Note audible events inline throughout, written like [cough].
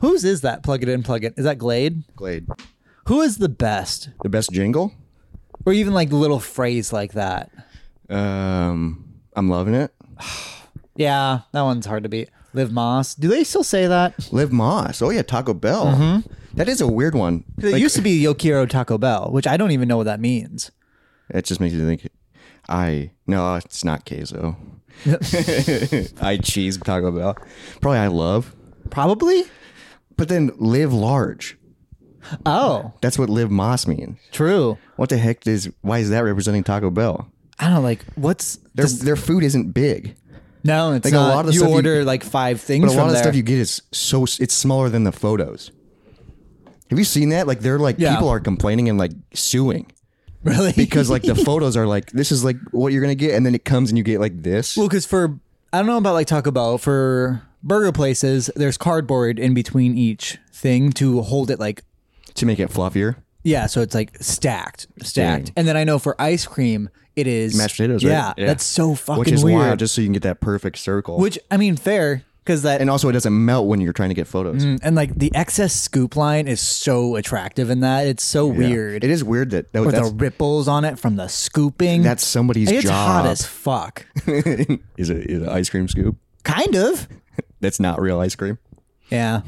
Whose is that? Plug it in, plug it. Is that Glade? Glade. Who is the best? The best jingle? Or even like little phrase like that. Um, I'm loving it. Yeah, that one's hard to beat. Live Moss. Do they still say that? [laughs] Live Moss. Oh yeah, Taco Bell. Mm-hmm. That is a weird one. It used to be Yokiro Taco Bell, which I don't even know what that means. It just makes you think. I no, it's [laughs] not queso. I cheese Taco Bell. Probably I love. Probably. But then live large. Oh, That's what live Moss means. true. What the heck is? Why is that representing Taco Bell? I don't know, like what's Their does- their food isn't big, no. It's like, a not. lot of the you stuff you- order like five things but a from lot of the there. stuff you get is so it's smaller than the photos. Have you seen that? Like they're like Yeah. people are complaining and like suing [laughs] really because like [laughs] the photos are like this is like what you're gonna get, and then it comes and you get like this. Well, because for I don't know about like Taco Bell for burger places, there's cardboard in between each thing to hold it like to make it fluffier. yeah, so it's like stacked, stacked. Dang. And then I know for ice cream, it is Mashed potatoes, right? Yeah, Yeah. that's so fucking which is weird. wild, just so you can get that perfect circle. which I mean, fair because that and also, it doesn't melt when you're trying to get photos. and like the excess scoop line is so attractive in that it's so Yeah. weird. It is weird that, that With that's, the ripples on it from the scooping. that's somebody's it's job. hot as fuck. is it is an ice cream scoop? kind of. That's not real ice cream. Yeah.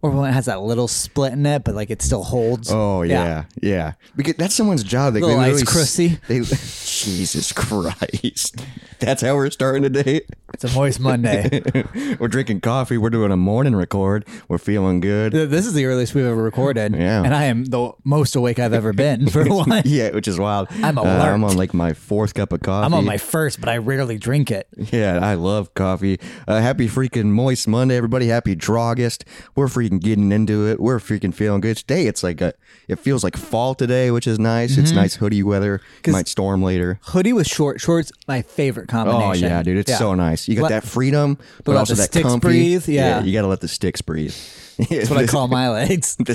Or when it has that little split in it, but like it still holds. Oh yeah, yeah. Because that's someone's job. They, they Little ice literally s- crusty. [laughs] They, Jesus Christ, that's how we're starting today. It's a moist Monday. [laughs] we're drinking coffee. We're doing a morning record. We're feeling good. Th- this is the earliest we've ever recorded. Yeah. And I am the most awake I've ever been for [laughs] one. Yeah, which is wild. I'm Uh, I'm alert. on like my fourth cup of coffee. I'm on my first, but I rarely drink it. Yeah, I love coffee. Uh, happy freaking moist Monday, everybody. Happy Draugust. We're freaking getting into it. We're freaking feeling good. Today, it's like a, it feels like fall today, which is nice. Mm-hmm. It's nice hoodie weather. Might [sighs] storm later. Hoodie with short shorts, my favorite Oh, combination. yeah, dude. It's so nice. You got Let- that freedom, but let also the that sticks comfy. breathe, yeah. You got to let the sticks breathe. [laughs] That's [laughs] what I call my legs. the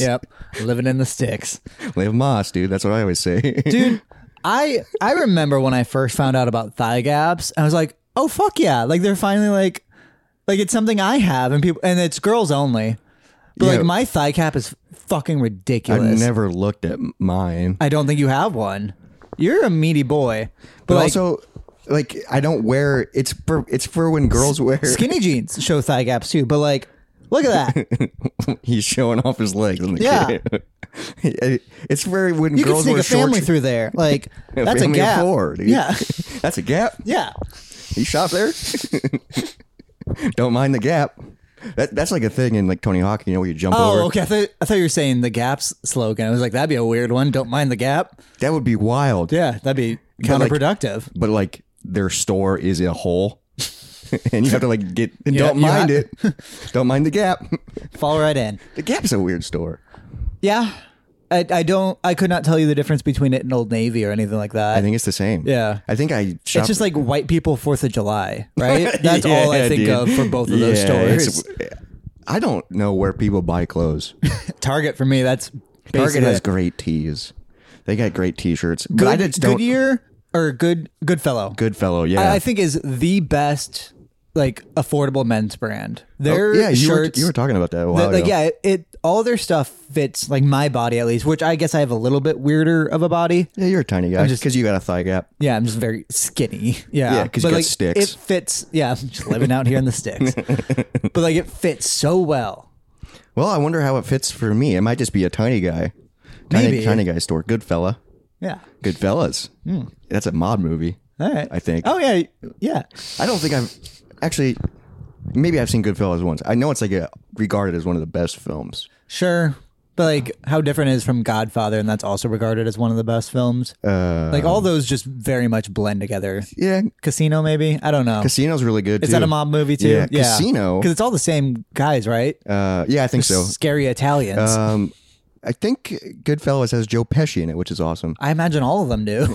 [laughs] yep. Living in the sticks. [laughs] Live Moss, dude. That's what I always say. [laughs] Dude, I I remember when I first found out about thigh gaps, I was like, oh fuck yeah. Like they're finally like like it's something I have and people and it's girls only. But Yeah. like my thigh cap is fucking I've ridiculous. never looked at mine. I don't think you have one. You're a meaty boy, but, But like, also, like, I don't wear it's for it's for when girls wear skinny jeans show thigh gaps too. But like, look at that. He's showing off his legs. on the Yeah. kid. [laughs] it's very when You can girls sneak wear a family shorts. through [laughs] there. Like that's a family of gap. four, dude. [laughs] Yeah, [laughs] that's a gap. yeah. You shop there. [laughs] Don't mind the gap. That, that's like a thing in like Tony Hawk. You know where you jump over. Oh, okay. I thought, I thought you were saying the gaps slogan. I was like, that'd be a weird one. Don't mind the gap. That would be wild. Yeah, that'd be like- counterproductive. But like their store is a hole, [laughs] and you have to like get. and Yeah, don't you mind ha- it. [laughs] don't mind the gap. [laughs] Fall right in. The gap's a weird store. Yeah, I, I don't. I could not tell you the difference between it and Old Navy or anything like that. I think it's the same. Yeah. I think I. Shop- it's just like white people Fourth of [laughs] July, right? That's all I Yeah, think dude. of for both of those Yeah, stories. it's- I don't know where people buy clothes. Target for me. That's [laughs] Target basically- has great tees. They got great T-shirts. But I good, just don't. Goodyear or good Goodfellow. Goodfellow, yeah. I, I think is the best like affordable men's brand. Their Oh, yeah, you were, shirts, you were talking about that a while like ago. yeah, it, it all their stuff fits like my body at least, which I guess I have a little bit weirder of a body. yeah, you're a tiny guy just- because you got a thigh gap. Yeah, I'm just very skinny. Yeah, Yeah, 'cause you But, got like, sticks. It fits. Yeah, I'm just living out here in the [laughs] sticks. but like, it fits so well. Well, I wonder how it fits for me. It might just be a tiny guy. Tiny, Maybe. Hmm. tiny guy store. Goodfella. Yeah. Goodfellas. That's a mod movie. All right. I think. Oh yeah, yeah. I don't think I've actually. Maybe I've seen Goodfellas once. I know it's like a, regarded as one of the best films. Sure. But like how different it is from Godfather and that's also regarded as one of the best films. Uh, like all those just very much blend together. Yeah, Casino maybe? I don't know. Casino's really good. is too. that a mob movie too? Yeah, Casino. Cuz it's all the same guys, right? Uh, yeah, I think so. Scary Italians. Um, I think Goodfellas has Joe Pesci in it, which is awesome. [laughs] I imagine all of them do.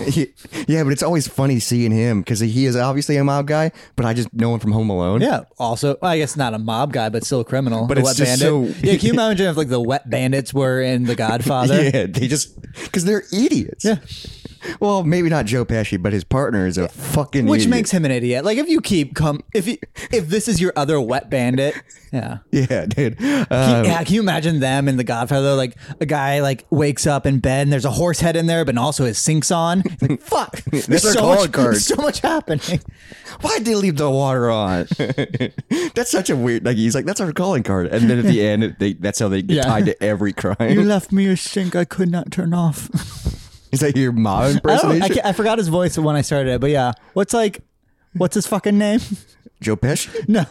yeah, but it's always funny seeing him because he is obviously a mob guy, but I just know him from Home Alone. Yeah. Also, well, I guess not a mob guy, but still a criminal. But the it's wet just bandit. so- yeah. [laughs] Can you imagine if like the wet bandits were in The Godfather? Yeah, they just because they're idiots. Yeah. Well, maybe not Joe Pesci, but his partner is a fucking Which idiot. makes him an idiot. Like if you keep come if you, if this is your other wet [laughs] bandit, yeah. [laughs] yeah, dude. [laughs] Uh, yeah, can you imagine them in The Godfather? Like a guy like wakes up in bed and there's a horse head in there, but also his sink's on. It's like [laughs] fuck, there's our so calling much, cards. [laughs] so much happening. why'd they leave the water on? [laughs] that's such a weird. Like he's like, that's our calling card, and then at [laughs] the end, they, that's how they get Yeah. tied to every You [laughs] crime. left me a sink I could not turn off. [laughs] Is that your ma Oh, I, don't, I, impersonation? ca- I forgot his voice when I started it, but yeah, what's like, what's his fucking name? [laughs] Joe Pesci, No,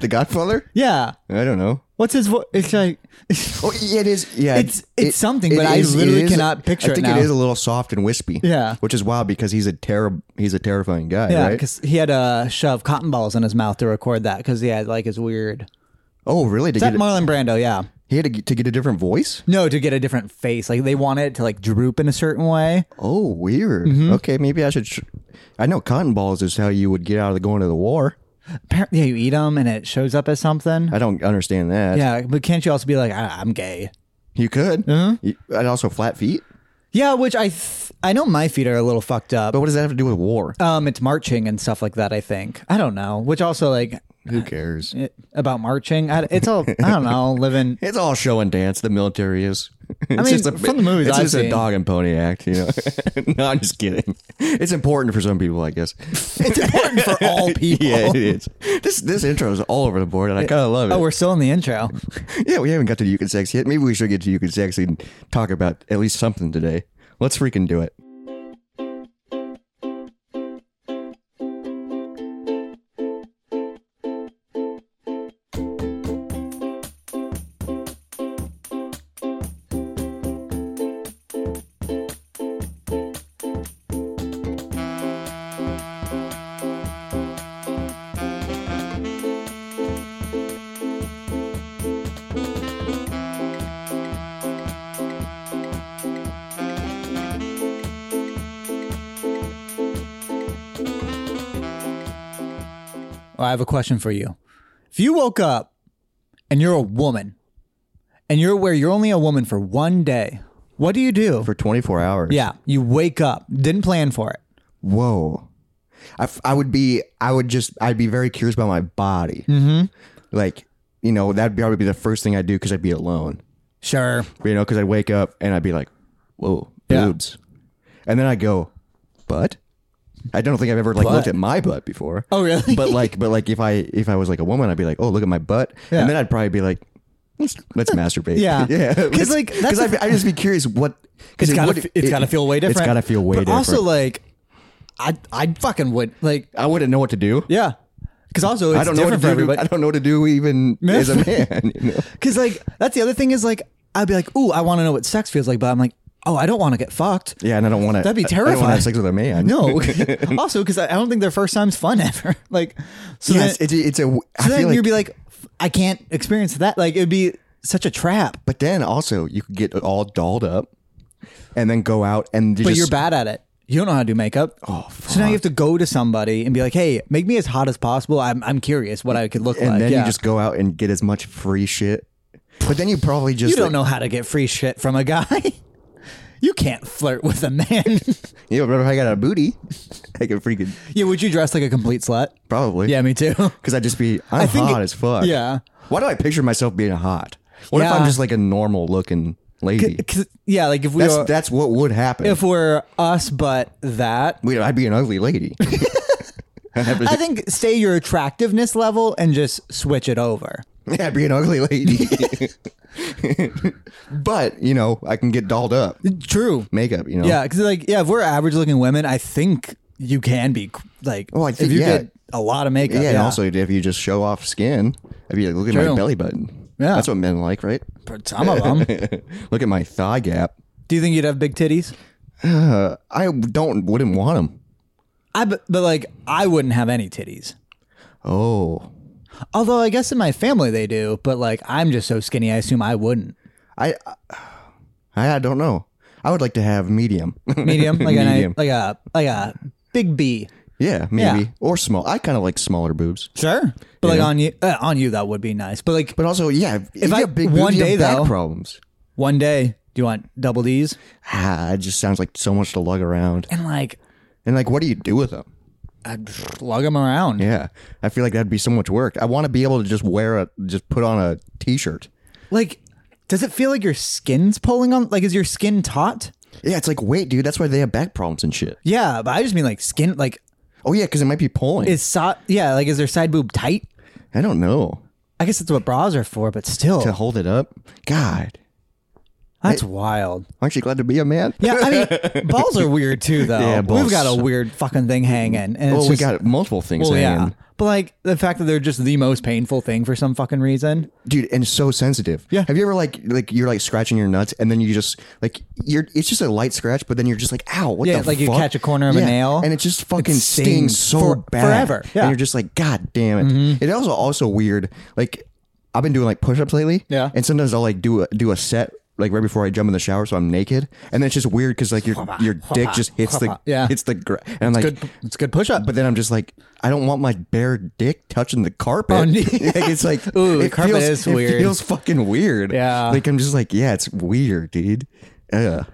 The Godfather? yeah, I don't know. what's his voice? It's like, [laughs] Oh, yeah, it is. Yeah, It's- it's something, but I literally cannot picture I it think now. it is a little soft and wispy. Yeah. which is wild because he's a terrible, he's a terrifying guy, yeah, right? because he had to uh, shove cotton balls in his mouth to record that because he had like his weird. Is Oh, really? To that get a, Marlon Brando? Yeah. he had to, get- to get a different voice. No, to get a different face. Like they want it to like droop in a certain way. Oh, weird. Mm-hmm. Okay, maybe I should. Sh- I know cotton balls is how you would get out of the going to the war. Apparently, yeah, you eat them and it shows up as something. I don't understand that. Yeah, but can't you also be like, I- I'm gay? You could. Uh-huh. You- and also flat feet. Yeah, which I th- I know my feet are a little fucked up. But what does that have to do with war? um, it's marching and stuff like that. I think I don't know. Which also like Who cares? it, about marching. I, it's all I don't know. [laughs] Living. It's all show and dance. The [laughs] military is. It's mean, from the movies it's I've just a seen. dog and pony act. You know, [laughs] no, I'm just kidding. It's important for some people, I guess. It's important for all people. [laughs] yeah, it is. This this intro is all over the board, and I kind of love it. Oh, we're still in the intro. yeah, we haven't got to you can sex yet. Maybe we should get to you can sex and talk about at least something today. Let's freaking do it. Well, I have a question for you. If you woke up and you're a woman, and you're where you're only a woman for one day, what do you do? for 24 hours. yeah, you wake up, didn't plan for it. Whoa. I, f- I would be, I would just, I'd be very curious about my body. Mm-hmm. Like, you know, that'd probably be the first thing I'd do because I'd be alone. Sure. You know, because I'd wake up and I'd be like, whoa, Yeah. boobs. And then I go, butt? I don't think I've ever like looked Butt. at my butt before. Oh, [laughs] really? But like, but like, if I if I was like a woman, I'd be like, oh, look at my butt, Yeah. and then I'd probably be like, let's [laughs] let's masturbate. Yeah. [laughs] yeah. 'Cause, like, that's because I'd, I'd just be curious what because It's gotta, f- it's gotta feel way different. It's gotta feel way but different. Also, like, I I fucking would like, I wouldn't know what to do. yeah, because also it's I don't know what to different do. for everybody. I don't know what to [laughs] do even as a man. You know? Because like that's the other thing is like I'd be like, ooh, I want to know what sex feels like, but I'm like, oh, I don't want to get [laughs] fucked. Yeah, and I don't want to. That'd be I don't want to terrifying. have sex with a man. No. [laughs] also, because I I don't think their first time's fun [laughs] ever. like, so Yes, then, it's, it's a. I so then feel like, you'd be like, "F- I can't experience that. Like it'd be such a trap. but then also you could get all dolled up, and then go out and But just, you're bad at it. You don't know how to do makeup. Oh, so now you have to go to somebody and be like, "Hey, make me as hot as possible. I'm, I'm curious what I could look and like." then yeah. you just go out and get as much free shit. But then you probably just You don't know how to get free shit from a guy. [laughs] you can't flirt with a man. [laughs] You know, but if I got a booty, [laughs] I could freaking yeah, would you dress like a complete slut? probably. Yeah, me too. [laughs] because I'd just be I'm think hot it- as fuck. yeah. Why do I picture myself being hot? What if I'm Yeah. just like a normal looking lady? 'Cause- yeah, like if we That's were, that's what would happen. if we're us, but that. Wait, I'd be an [laughs] ugly lady. [laughs] I'd, have to- I think stay your attractiveness level and just switch it over. I'd be an ugly [laughs] lady. [laughs] but, you know, I can get dolled up. True. Makeup, you know. Yeah, because like yeah, if we're average looking women, I think you can be like Well, Oh, I think- if you yeah. did a lot of makeup. Yeah, Yeah, and also if you just show off skin, I'd be like, look at True. my belly button. Yeah. That's what men like, right? [laughs] For some of them. look at my thigh gap. Do you think you'd have big titties? I don't wouldn't want them. I but, but like I wouldn't have any titties. Oh. Although I guess in my family they do, but like I'm just so skinny, I assume I wouldn't. I I, I don't know. I would like to have medium. [laughs] Medium, like Medium. a like a like a big B. yeah, maybe Yeah. or small. I kind of like smaller boobs. Sure, but like on you uh, on you that would be nice. But like But also, yeah, if, you I- have big one boobs, you day, have back though- problems. one day Do you want double D's? Ah, it just sounds like so much to lug around. And like, And like, what do you do with them? I'd lug them around. Yeah, I feel like that'd be so much work. I want to be able to just wear a, just put on a t-shirt. Like, does it feel like your skin's pulling on? Like, is your skin taut? Yeah, it's like, wait, dude, that's why they have back problems and shit. Yeah, but I just mean like skin. Like, Oh yeah, because it might be pulling. is so- yeah, like is their side boob tight? I don't know I guess that's what bras are for, but still, to hold it up. God, that's wild. aren't you glad to be a man? Yeah, I [laughs] mean, balls are weird too, though. Yeah, We've balls got a suck. weird fucking thing hanging, and it's Well, we just- got multiple things. well, yeah. hanging. But like the fact that they're just the most painful thing for some fucking reason. dude and so sensitive Yeah. have you ever like like you're like scratching your nuts and then you just like you're it's just a light scratch but then you're just like ow what Yeah, the like you fuck? catch a corner of a nail. and it just fucking stings stings, so for- bad forever. Yeah. Mm-hmm. and you're just like god damn it It's also also weird like i've been doing like push-ups lately Yeah. and sometimes i'll like do a do a set like right before I jump in the shower, so I'm naked, and then it's just weird because like your your dick just hits the Yeah. hits the gra- and I'm like Good, it's a good push up. but then I'm just like, I don't want my bare dick touching the carpet. Oh, [laughs] yeah. like, it's [laughs] like, Ooh, it carpet feels, is it weird. feels fucking weird. Yeah. Like I'm just like, yeah, it's weird, dude. Yeah.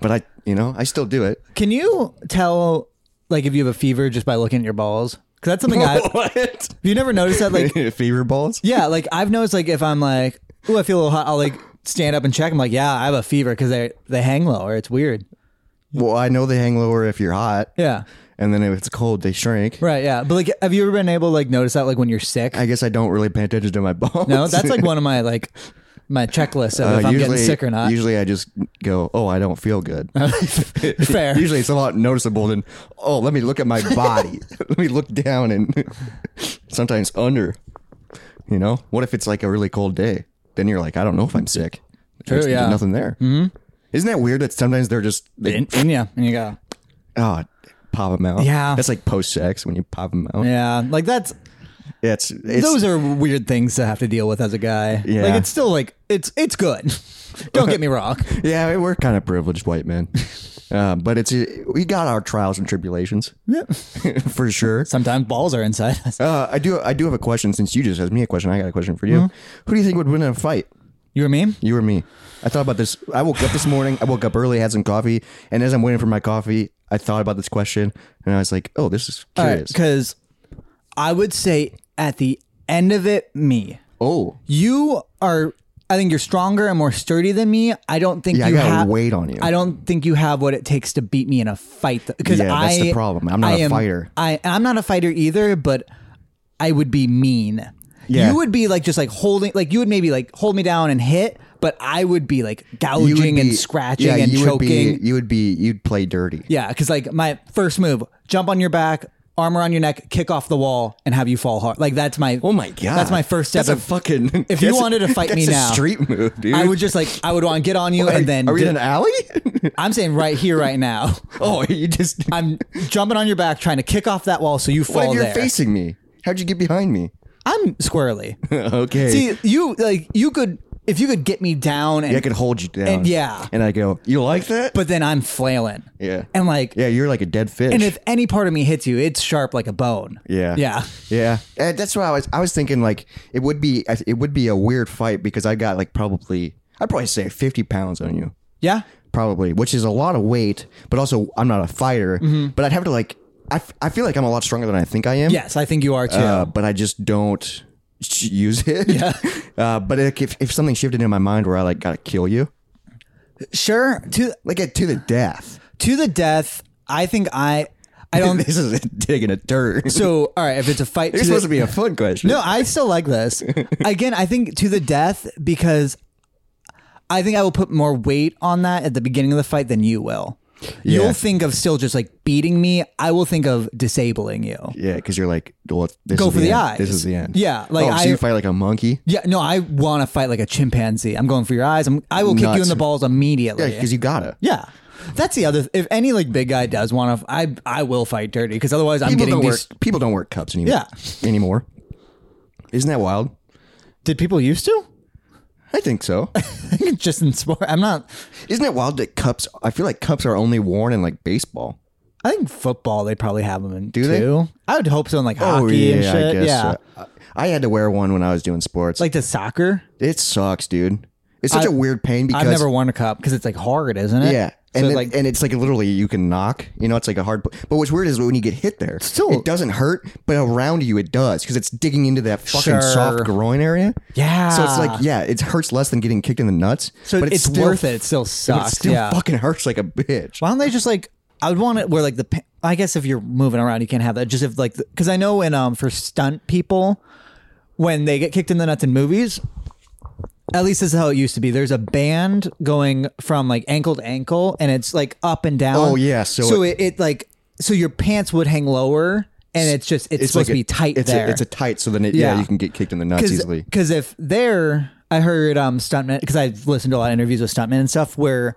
But I, you know, I still do it. Can you tell like if you have a fever just by looking at your balls? Because that's something [laughs] I. Have What? you never noticed that? Like, [laughs] Fever balls? yeah, like I've noticed like if I'm like, oh, I feel a little hot, I'll like stand up and check. I'm like, yeah, I have a fever because they they hang lower. It's weird. Well, I know they hang lower if you're hot. Yeah. And then if it's cold, they shrink. Right. Yeah. But like, have you ever been able to like notice that like when you're sick? I guess I don't really pay attention to my [laughs] balls. No, that's like one of my like my checklists of Uh, if I'm getting sick or not. Usually I just go, oh, I don't feel good. [laughs] Fair. [laughs] Usually it's a lot noticeable than, oh, let me look at my [laughs] body. let me look down and [laughs] sometimes under. You know, what if it's like a really cold day? Then you're like, I don't know if I'm sick. True, There's yeah. nothing there. Mm-hmm. Isn't that weird that sometimes they're just, they, And, and yeah, and you go. oh, pop them out. Yeah. That's like post sex when you pop them out. Yeah, like that's It's, it's, those are weird things to have to deal with as a guy. Yeah. Like it's still like it's it's good. [laughs] Don't get me wrong. yeah, we're kind of privileged [laughs] white men. uh, but it's, we got our trials and tribulations [laughs] for sure. Sometimes balls are inside us. Uh, I do. I do have a question. Since you just asked me a question, I got a question for you. Mm-hmm. Who do you think would win in a fight, You or me? you or me? I thought about this. I woke up this morning. I woke up early, had some coffee, and as I'm waiting for my coffee, I thought about this question, and I was like, "Oh, this is curious." Because I would say at the end of it, me. Oh, You are. I think you're stronger and more sturdy than me. I don't think yeah, I you got have. weight on you. I don't think you have what it takes to beat me in a fight. Because Yeah, that's the problem. I'm not a a fighter. I I'm not a fighter either, but I would be mean. Yeah. You would be like just like holding, like you would maybe like hold me down and hit, but I would be like You would gouging and be- scratching yeah, and you Would choking. be, you would be. You'd play dirty. yeah, because like my first move, jump on your back, arm around your neck, kick off the wall, and have you fall hard. Like that's my. Oh my god, That's my first step. That's a of- fucking. [laughs] If you that's a- wanted to fight that's me a now, street move, dude. I would just like I would want to get on you and then are we di- in an alley? [laughs] I'm saying right here, right now. oh, you just. [laughs] I'm jumping on your back trying to kick off that wall so you fall what if you're there. facing me? How'd you get [laughs] behind me? I'm squirrely. okay. See, you like you could if you could get me down and I could hold you down. And- yeah. And I go, you like that? but then I'm flailing. yeah. And like yeah, you're like a dead fish. and if any part of me hits you, it's sharp like a bone. yeah. Yeah. Yeah. And that's why I was I was thinking like it would be I- it would be a weird fight because I got like probably I'd probably say 50 pounds on you. Yeah. Probably, which is a lot of weight, but also I'm not a fighter, Mm-hmm. but I'd have to like I, f- I feel like I'm a lot stronger than I think I am. Yes, I think you are too. Uh, but I just don't [laughs] use it. Yeah. [laughs] Uh, but like, if, if something shifted in my mind where I like gotta kill you, sure. To like to the death. to the death, I think I I don't [laughs] this is taking [laughs] a turn. so all right, if it's a fight to It's the- supposed to be a fun question. No, I still like [laughs] this. Again, I think to the death because I think I will put more weight on that at the beginning of the fight than you will. Yeah. You'll think of still just like beating me. I will think of disabling you. Yeah, because you're like, well, this Go is for the end. eyes. This is the end. Yeah, like, oh, so I- you fight like a monkey. Yeah, no, I want to fight like a chimpanzee. I'm going for your eyes. I'm, I will kick you in Nuts. the balls immediately. Yeah, Yeah, because you gotta. that's the other. If any like big guy does want to, I I will fight dirty because otherwise I'm People getting don't wear these. people don't wear cups anymore. Yeah. anymore. Isn't that wild? Did people used to? [laughs] I think so. just in sport. I'm not. Isn't it wild that cups? I feel like cups are only worn in like baseball. I think football they probably have them in Do they? Oh, too. I would hope so in like hockey and shit. yeah, so. I I had to wear one when I was doing sports. like the soccer. it sucks, dude. It's such a weird pain because I've never worn a cup because it's like hard, isn't it? [laughs] yeah, So and then, like and it's like literally you can knock. You know, it's like a hard. But what's weird is when you get hit there, still it doesn't hurt, but around you it does because it's digging into that fucking Sure. soft groin area. yeah. So it's like yeah, it hurts less than getting kicked in the nuts. so but it's, still, worth it. It still But sucks. it still yeah. fucking hurts like a bitch. Why don't they just like? I would want it where like the. pa- I guess if you're moving around, you can't have that. Just if like, because I know in um for stunt people, when they get kicked in the nuts in movies, at least this is how it used to be. There's a band going from like ankle to ankle, and it's like up and down. Oh, yeah, so so it, it like so your pants would hang lower, and it's just it's, supposed like to be a- tight it's there. A, it's a tight, so then it, yeah. Yeah. you can get kicked in the nuts easily. Because if they're, I heard um, stuntmen, because I've listened to a lot of interviews with stuntmen and stuff where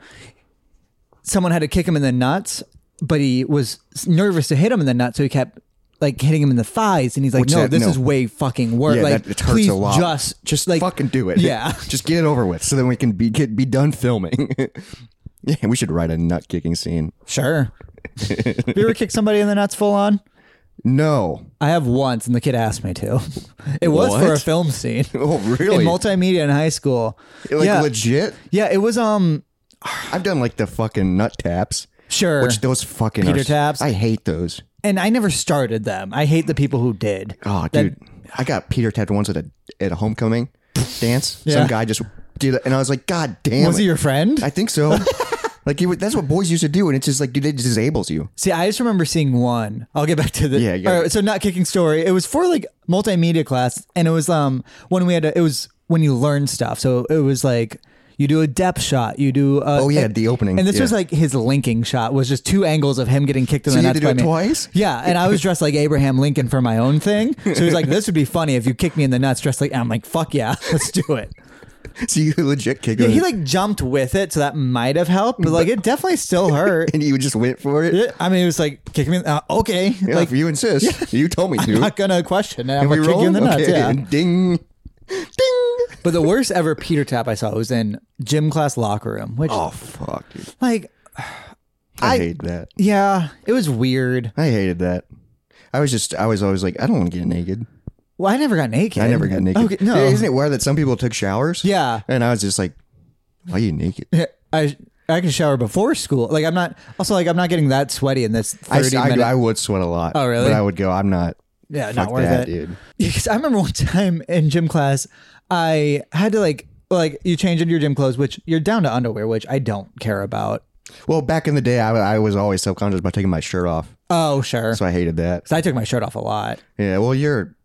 someone had to kick him in the nuts, but he was nervous to hit him in the nuts, so he kept like hitting him in the thighs, and he's like, Which "No, that- this no. is way fucking worse. Yeah, like, that, it hurts please a lot. just, just like fucking do it. Yeah, [laughs] just get it over with, so then we can be get be done filming. [laughs] yeah, we should write a nut kicking scene. [laughs] sure." Have you ever kicked somebody in the nuts full on? No. I have once, and the kid asked me to. [laughs] It was for a What? film scene Oh, [laughs] really? in multimedia in high school. like yeah, legit? yeah, it was um I've done like the fucking nut taps. sure. Which those fucking Peter are- taps? I hate those. and I never started them. I hate the people who did. Oh, That- dude, I got Peter tapped once at a at a homecoming dance. Yeah. Some guy just did, it, and I was like, God damn! was it. he your friend? I [laughs] think so. like you, would- that's what boys used to do, and it's just like, dude, it disables you. See, I just remember seeing one. I'll get back to the Yeah, yeah. all right, so not kicking story. It was for like multimedia class, and it was um when we had a, it was when you learn stuff. So it was like you do a depth shot, you do a, Oh, yeah, the opening, and this yeah. was like his linking shot was just two angles of him getting kicked in So the you had nuts to do by it me. twice? [laughs] Yeah, and I was dressed like Abraham Lincoln for my own thing. So he was like, "This would be funny if you kick me in the nuts dressed like." I'm like, "Fuck yeah, [laughs] let's do it." So you legit kick Yeah, him, he like jumped with it, so that might have helped, but like it definitely still [laughs] hurt. and you just went for it. Yeah, I mean, it was like kicking me. in- Uh, okay, Yeah, like if you insist, you told me to. not gonna question it. I'm Can gonna we kick you in the roll? nuts. Okay, Yeah. and ding, ding. But the worst ever Peter tap I saw was in gym class locker room, which Oh fuck, dude! like I, I- hate that. yeah, it was weird. I hated that. I was just, I was always like, I don't want to get naked. Well, I never got naked. I never got naked. Okay, no, Isn't it weird that some people took showers? yeah, And I was just like, why are you naked? Yeah, I I can shower before school. Like I'm not also like I'm not getting that sweaty in this I, thirty I, minute. I would sweat a lot. Oh, really? But I would go, I'm not. yeah, Fuck not worth that, it. dude. Because I remember one time in gym class, I had to like like you change into your gym clothes, which you're down to underwear, which I don't care about. Well, back in the day, I, I was always self-conscious about taking my shirt off, Oh sure, so I hated that. 'Cause I took my shirt off a lot. Yeah. Well, you're,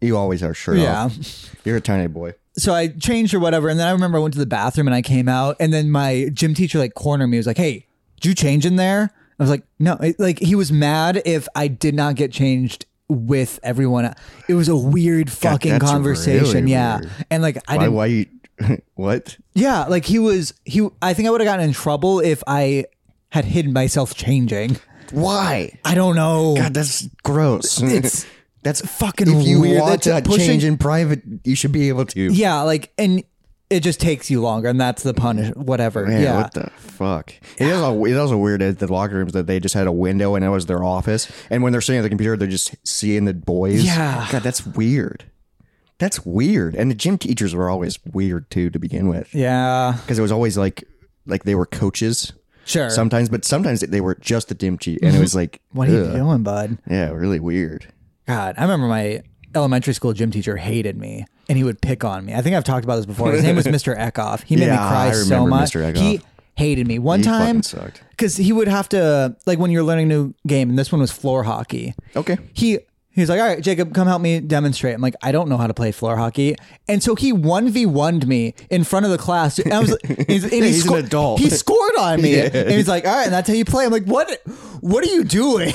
you always are shirt Yeah. off. You're a tiny boy. So I changed or whatever, and then I remember I went to the bathroom and I came out, and then my gym teacher like cornered me. He was like, "Hey, did you change in there?" I was like, "No." It- like he was mad if I did not get changed with everyone. It was a weird fucking that's conversation. really yeah, weird. and like I Why? didn't Why you? [laughs] what? Yeah, like he was he I think I would have gotten in trouble if I had hidden myself changing. Why? I don't know. God, that's gross. It's [laughs] that's fucking If you weird. want That's a to pushing- change in private, you should be able to. Yeah, like and it just takes you longer and that's the punish whatever. Man, yeah. what the fuck? It is all, it is also weird at the locker rooms that they just had a window and it was their office. And when they're sitting at the computer, they're just seeing the boys. Yeah. God, that's weird. That's weird. And the gym teachers were always weird too to begin with. yeah. Because it was always like like they were coaches Sure. Mm-hmm. sometimes, but sometimes they were just the gym teacher. And it was like, what are you ugh. doing, bud? Yeah, really weird. God, I remember my elementary school gym teacher hated me and he would pick on me. I think I've talked about this before. His name [laughs] was Mr. Eckhoff. He made me Yeah, cry I so remember much. Mr. Eckhoff. He hated me. One He time fucking sucked. because he would have to like when you're learning a new game and this one was floor hockey. Okay. he he's like, all right, Jacob, come help me demonstrate. I'm like, I don't know how to play floor hockey, and so he one v one'd me in front of the class. And I [laughs] was, and he's, and he He's an sco- adult. He scored on me, Yeah. and he's like, all right, and that's how you play. I'm like, what? What are you [laughs] doing?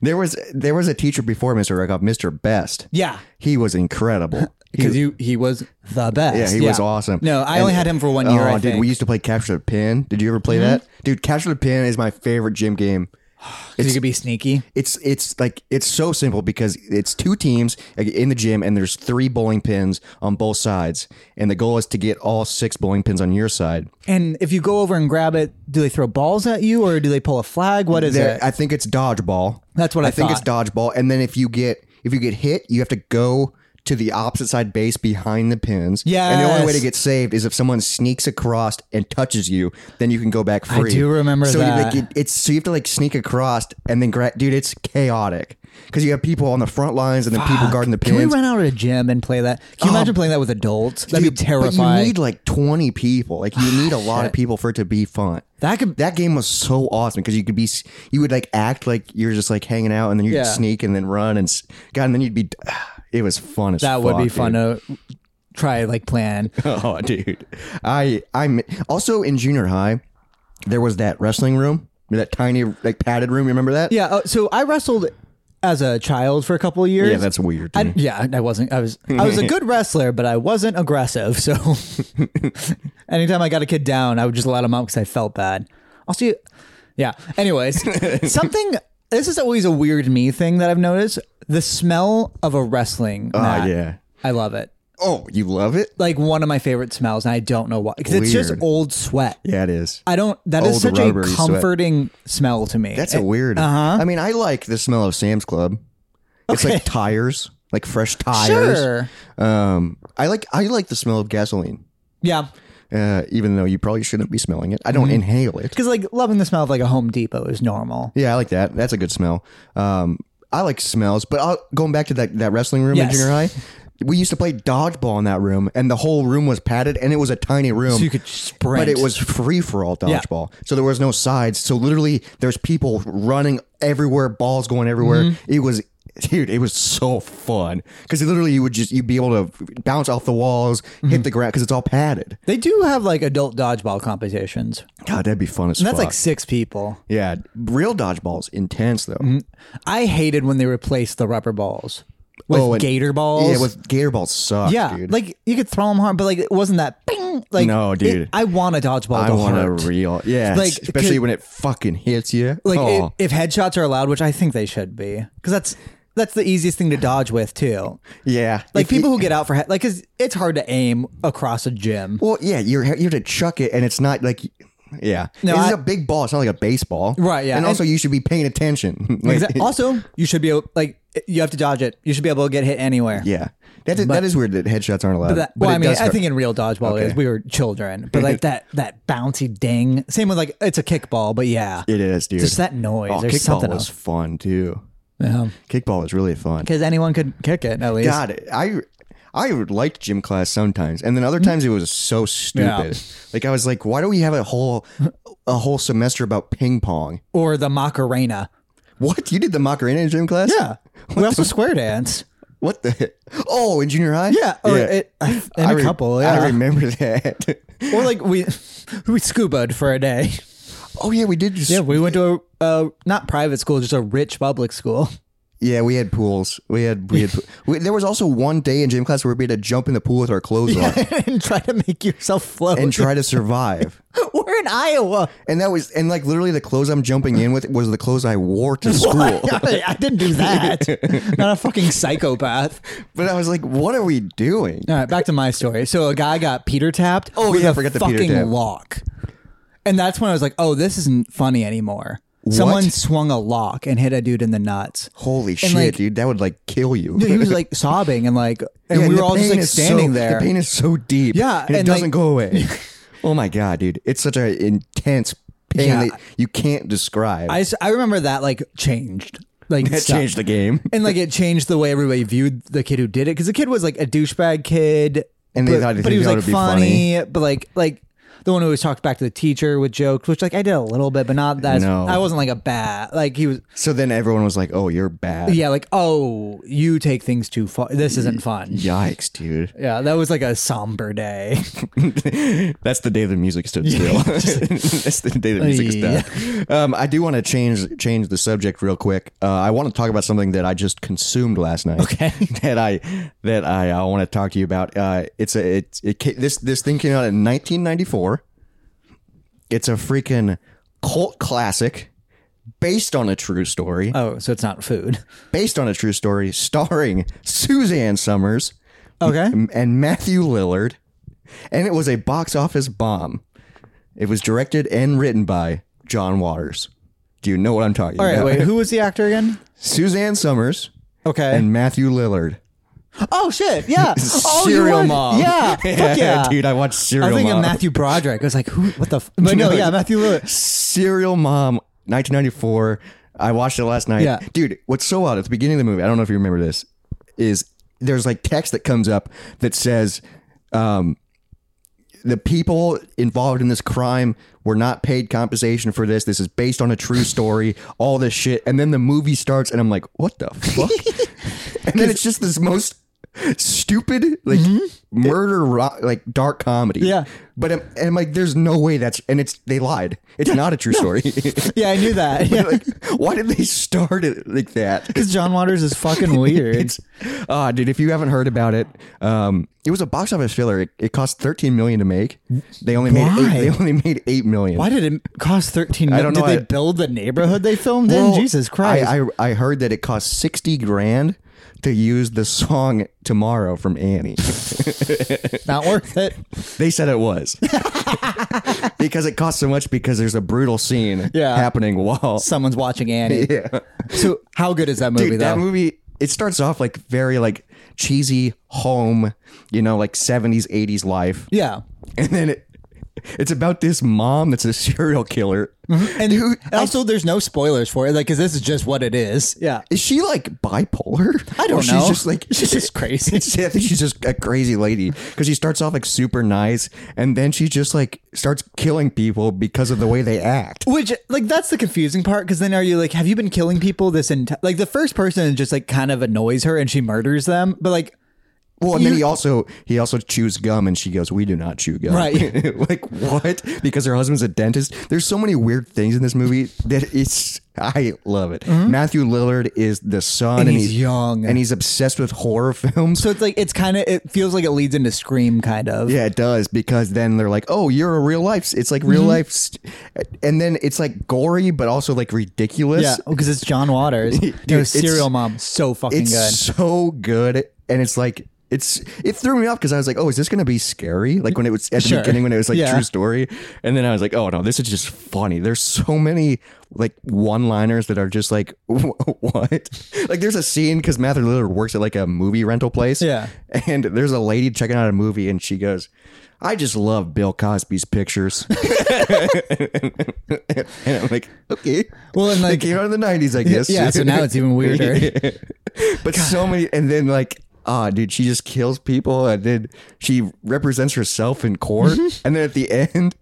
There was there was a teacher before Mr. Reckoff, Mr. Best. yeah. He [laughs] was incredible. Because you, he was the best. Yeah, he was awesome. No, I And- only had him for one year. Oh, I dude, think. Mm-hmm. we used to play Capture the Pin. Did you ever play that? Dude, Capture the Pin is my favorite gym game. 'Cause you could be sneaky. It's it's like it's so simple because it's two teams like, in the gym and there's three bowling pins on both sides and the goal is to get all six bowling pins on your side. And if you go over and grab it, do they throw balls at you or do they pull a flag? What is There- it? I think it's dodgeball. That's what I think it's dodgeball. And then if you get if you get hit, you have to go to the opposite side base behind the pins. And the only way to Yes. get saved is if someone sneaks across and touches you, then you can go back free. do remember so You, like, that. it- it's so you have to like sneak across and then gra- dude, it's chaotic because you have people on the front lines and then people guarding the pins. Ah, Oh. Can we run out of a gym and play that? Can you imagine playing that with adults? That'd Dude, be But terrifying. you need like 20 people. Like you need a [sighs] lot of people for it to be fun. that could That game was so awesome because you could be, you would like act like you're just like hanging out, and then you would Yeah. sneak and then run and s- God, and then you'd be. [sighs] It was fun as that would be fun fuck, dude. [laughs] to try like plan. Oh, dude, I I'm also in junior high. There was that wrestling room, that tiny like padded room. You remember that? Yeah. Uh, so I wrestled as a child for a couple of years. yeah, that's weird. I, yeah, I wasn't. I was. I was [laughs] a good wrestler, but I wasn't aggressive. So, [laughs] anytime I got a kid down, I would just let him out because I felt bad. I'll see. Yeah. [laughs] Anyways, something. This is always a weird me thing that I've noticed. The smell of a wrestling. Ah, mat. yeah. I love it. Oh, you love it? Like one of my favorite smells, and I don't know why. 'Cause it's just Weird. old sweat. Yeah, it is. I don't. That is Old such a rubbery sweat. comforting smell to me. That's a weird. Uh-huh. I mean, I like the smell of Sam's Club. It's like tires, like fresh tires. sure. Um, I like I like the smell of gasoline. Yeah. Uh, even though you probably shouldn't be smelling it. I Mm-hmm. don't inhale it. Because like loving the smell of like a Home Depot is normal. Yeah, I like that. That's a good smell. Um, I like smells, but I'll, going back to that, that wrestling room in Yes. junior high, we used to play dodgeball in that room, and the whole room was padded, and it was a tiny room. So you could sprint. but it was free for all dodgeball. So there was no sides. So literally, there's people running everywhere, balls going everywhere. Mm-hmm. It was, dude, it was so fun because literally you would just you'd be able to bounce off the walls, Mm-hmm. hit the ground because it's all padded. They do have like adult dodgeball competitions. God, that'd be fun as That's fuck. like six people. yeah, real dodgeball's intense though. Mm-hmm. I hated when they replaced the rubber balls with Oh, and- gator balls. Yeah, with gator balls suck. Yeah, dude. like you could throw them hard, but like it wasn't that bing. Like No, it- dude. I want a dodgeball. I to want a hurt. real, yeah, Like, like, especially could- when it fucking hits you. like oh, i- if headshots are allowed, which I think they should be, because that's that's the easiest thing to dodge with too. yeah, Like If you- people who get out for head, like 'cause it's hard to aim across a gym. Well, yeah, you're you have to chuck it, and it's not like, yeah, No, it's I- a big ball. It's not like a baseball, Right, yeah, and, and- also you should be paying attention. [laughs] Like, Exa- also, you should be able, like you have to dodge it. You should be able to get hit anywhere. yeah, that is, that is weird that headshots aren't allowed. But, that, well, it I mean, does I hurt. think in real dodgeball it is. We were children, but like that that bouncy ding. Same with like it's a kickball, but yeah, it is, dude. just that noise. oh, There's kickball something was else fun too. Kickball was really fun. because anyone could kick it at least. God, I I liked gym class sometimes, and then other times it was so stupid. Like I was like, why do we have a whole a whole semester about ping pong? Or the Macarena. What you did the Macarena in gym class? we also square dance. What the? Oh, in junior high? Yeah, or It, in I a re- couple. I Yeah, remember that. [laughs] or like we [laughs] we scubaed for a day. oh yeah, we did. Just, Yeah, yeah. we went to a uh, not private school, just a rich public school. we had pools. We had [laughs] we had. pool- we, there was also one day in gym class where we had to jump in the pool with our clothes on [laughs] and try to make yourself float. [laughs] and try to survive. We're in Iowa. [laughs] And that was and like literally the clothes I'm jumping in with was the clothes I wore [laughs] to school. I, I didn't do [laughs] that. Not a fucking psychopath. But I was like, what are we doing? All right, back to my story. So a guy got Peter tapped. Oh, with yeah, I a forgot the fucking Peter tap. lock. And that's when I was like, oh, this isn't funny anymore. Someone What? swung a lock and hit a dude in the nuts. Holy shit, like- dude, that would like kill you. Dude, he was [laughs] like sobbing and like, and Yeah, we the were all just pain like is so- standing there. The pain is so deep. Yeah, and it and, doesn't like- go away. oh my god, dude, it's such an intense pain Yeah. that you can't [laughs] describe. I, s- I remember that like changed. Like that stuff. changed [laughs] the game. And like it changed the way everybody viewed the kid who did it because the kid was like a douchebag kid, And they but, thought- they but he was thought like it'd be funny. funny, but like like the one who always talked back to the teacher with jokes, which like I did a little bit, but not that No. I wasn't like a bat. Like he was, So then everyone was like, "Oh, you're bad." yeah, like oh, you take things too far. This isn't fun. Yikes, dude. Yeah, that was like a somber day. [laughs] [laughs] That's the day the music stood still. That's the day the music Yeah. stopped. Um, I do want to change change the subject real quick. Uh, I want to talk about something that I just consumed last night. Okay. [laughs] that I that I, I want to talk to you about. Uh, it's a it, it ca- this this thing came out in 1994. It's a freaking cult classic based on a true story Oh, so it's not food. based on a true story starring [laughs] Suzanne Summers Okay, m- and Matthew Lillard, and it was a box office bomb. It was directed and written by John Waters. Do you know what I'm talking [laughs] all right. about? Wait, who was the actor again? Suzanne Summers Okay, and Matthew Lillard. Oh shit! [laughs] Yeah. oh, you Serial would? Mom. [laughs] Yeah. Fuck yeah, dude, I watched I Serial was thinking Mom. Matthew Broderick. I was like, who? What the? F-? But no, Dude. yeah, Matthew Lewis. Serial Mom, 1994. I watched it last night. Yeah. Dude, what's so odd at the beginning of the movie, I don't know if you remember this, is there's like text that comes up that says um, the people involved in this crime were not paid compensation for this. This is based on a true story, all this shit. And then the movie starts, and I'm like, what the fuck? and then it's just this most stupid like murder ro- like dark comedy Mm-hmm. Yeah. but I'm, and I'm like there's no way that's and it's they lied it's not a true story [laughs] Yeah, I knew that. Yeah. like why did they start it like that Because John Waters is [laughs] fucking weird. it's ah dude if you haven't heard about it um it was a box office filler it, it cost 13 million to make they only made Why? eight, they only made 8 million Why did it cost thirteen? I million? don't know, Did I- they build the neighborhood they filmed Well, in? Jesus Christ! I, I I heard that it cost 60 grand to use the song tomorrow from Annie [laughs] Not worth it. They said [laughs] it was because it costs so much because there's a brutal scene Yeah. happening while Someone's watching Annie. [laughs] yeah. So how good is that movie Dude, though? that movie it starts off like very like cheesy home, you know, like 70s 80s life. yeah. And then it it's about this mom that's a serial killer. Mm-hmm. And also, there's no spoilers for it, like, because this is just what it is. Yeah. Is she like bipolar? I don't Or know. She's just like [laughs] She's just crazy. I think she's just a crazy lady because she starts off like super nice and then she just like starts killing people because of the way they act. Which, like, that's the confusing part, because then are you like, have you been killing people this entire? Like, the first person just like kind of annoys her, and she murders them, but like, Well, and then he also he also chews gum, and she goes, "We do not chew gum." Right. [laughs] like what? Because her husband's a dentist. There's so many weird things in this movie that it's. I love it. Matthew Lillard is the son, and, Mm-hmm. he's young. and he's obsessed with horror [laughs] films. so it's like it's kind of it feels like it leads into Scream, kind of. Yeah, it does because then they're like, "Oh, you're a real life." It's like Mm-hmm. real life, st- and then it's like gory, but also like [laughs] ridiculous. Yeah, because it's John [laughs] Waters. no, it's- Serial Mom, so fucking it's [laughs] good. so good and it's like it's it threw me off because i was like oh is this gonna be scary like when it was at the Sure. beginning when it was like Yeah. true story and then i was like oh no this is just funny there's so many like one liners that are just like [laughs] wh- what like there's a scene because matthew lillard works at like a movie rental place Yeah. and there's a lady checking out a movie and she goes I just love Bill Cosby's pictures. [laughs] and I'm like, okay. Well, and They like, came out in the 90s, I guess. yeah. So now it's [laughs] even weirder. [laughs] But so many, and then like, ah, dude, she just kills people, and then she represents herself in court, and then at the [laughs] end,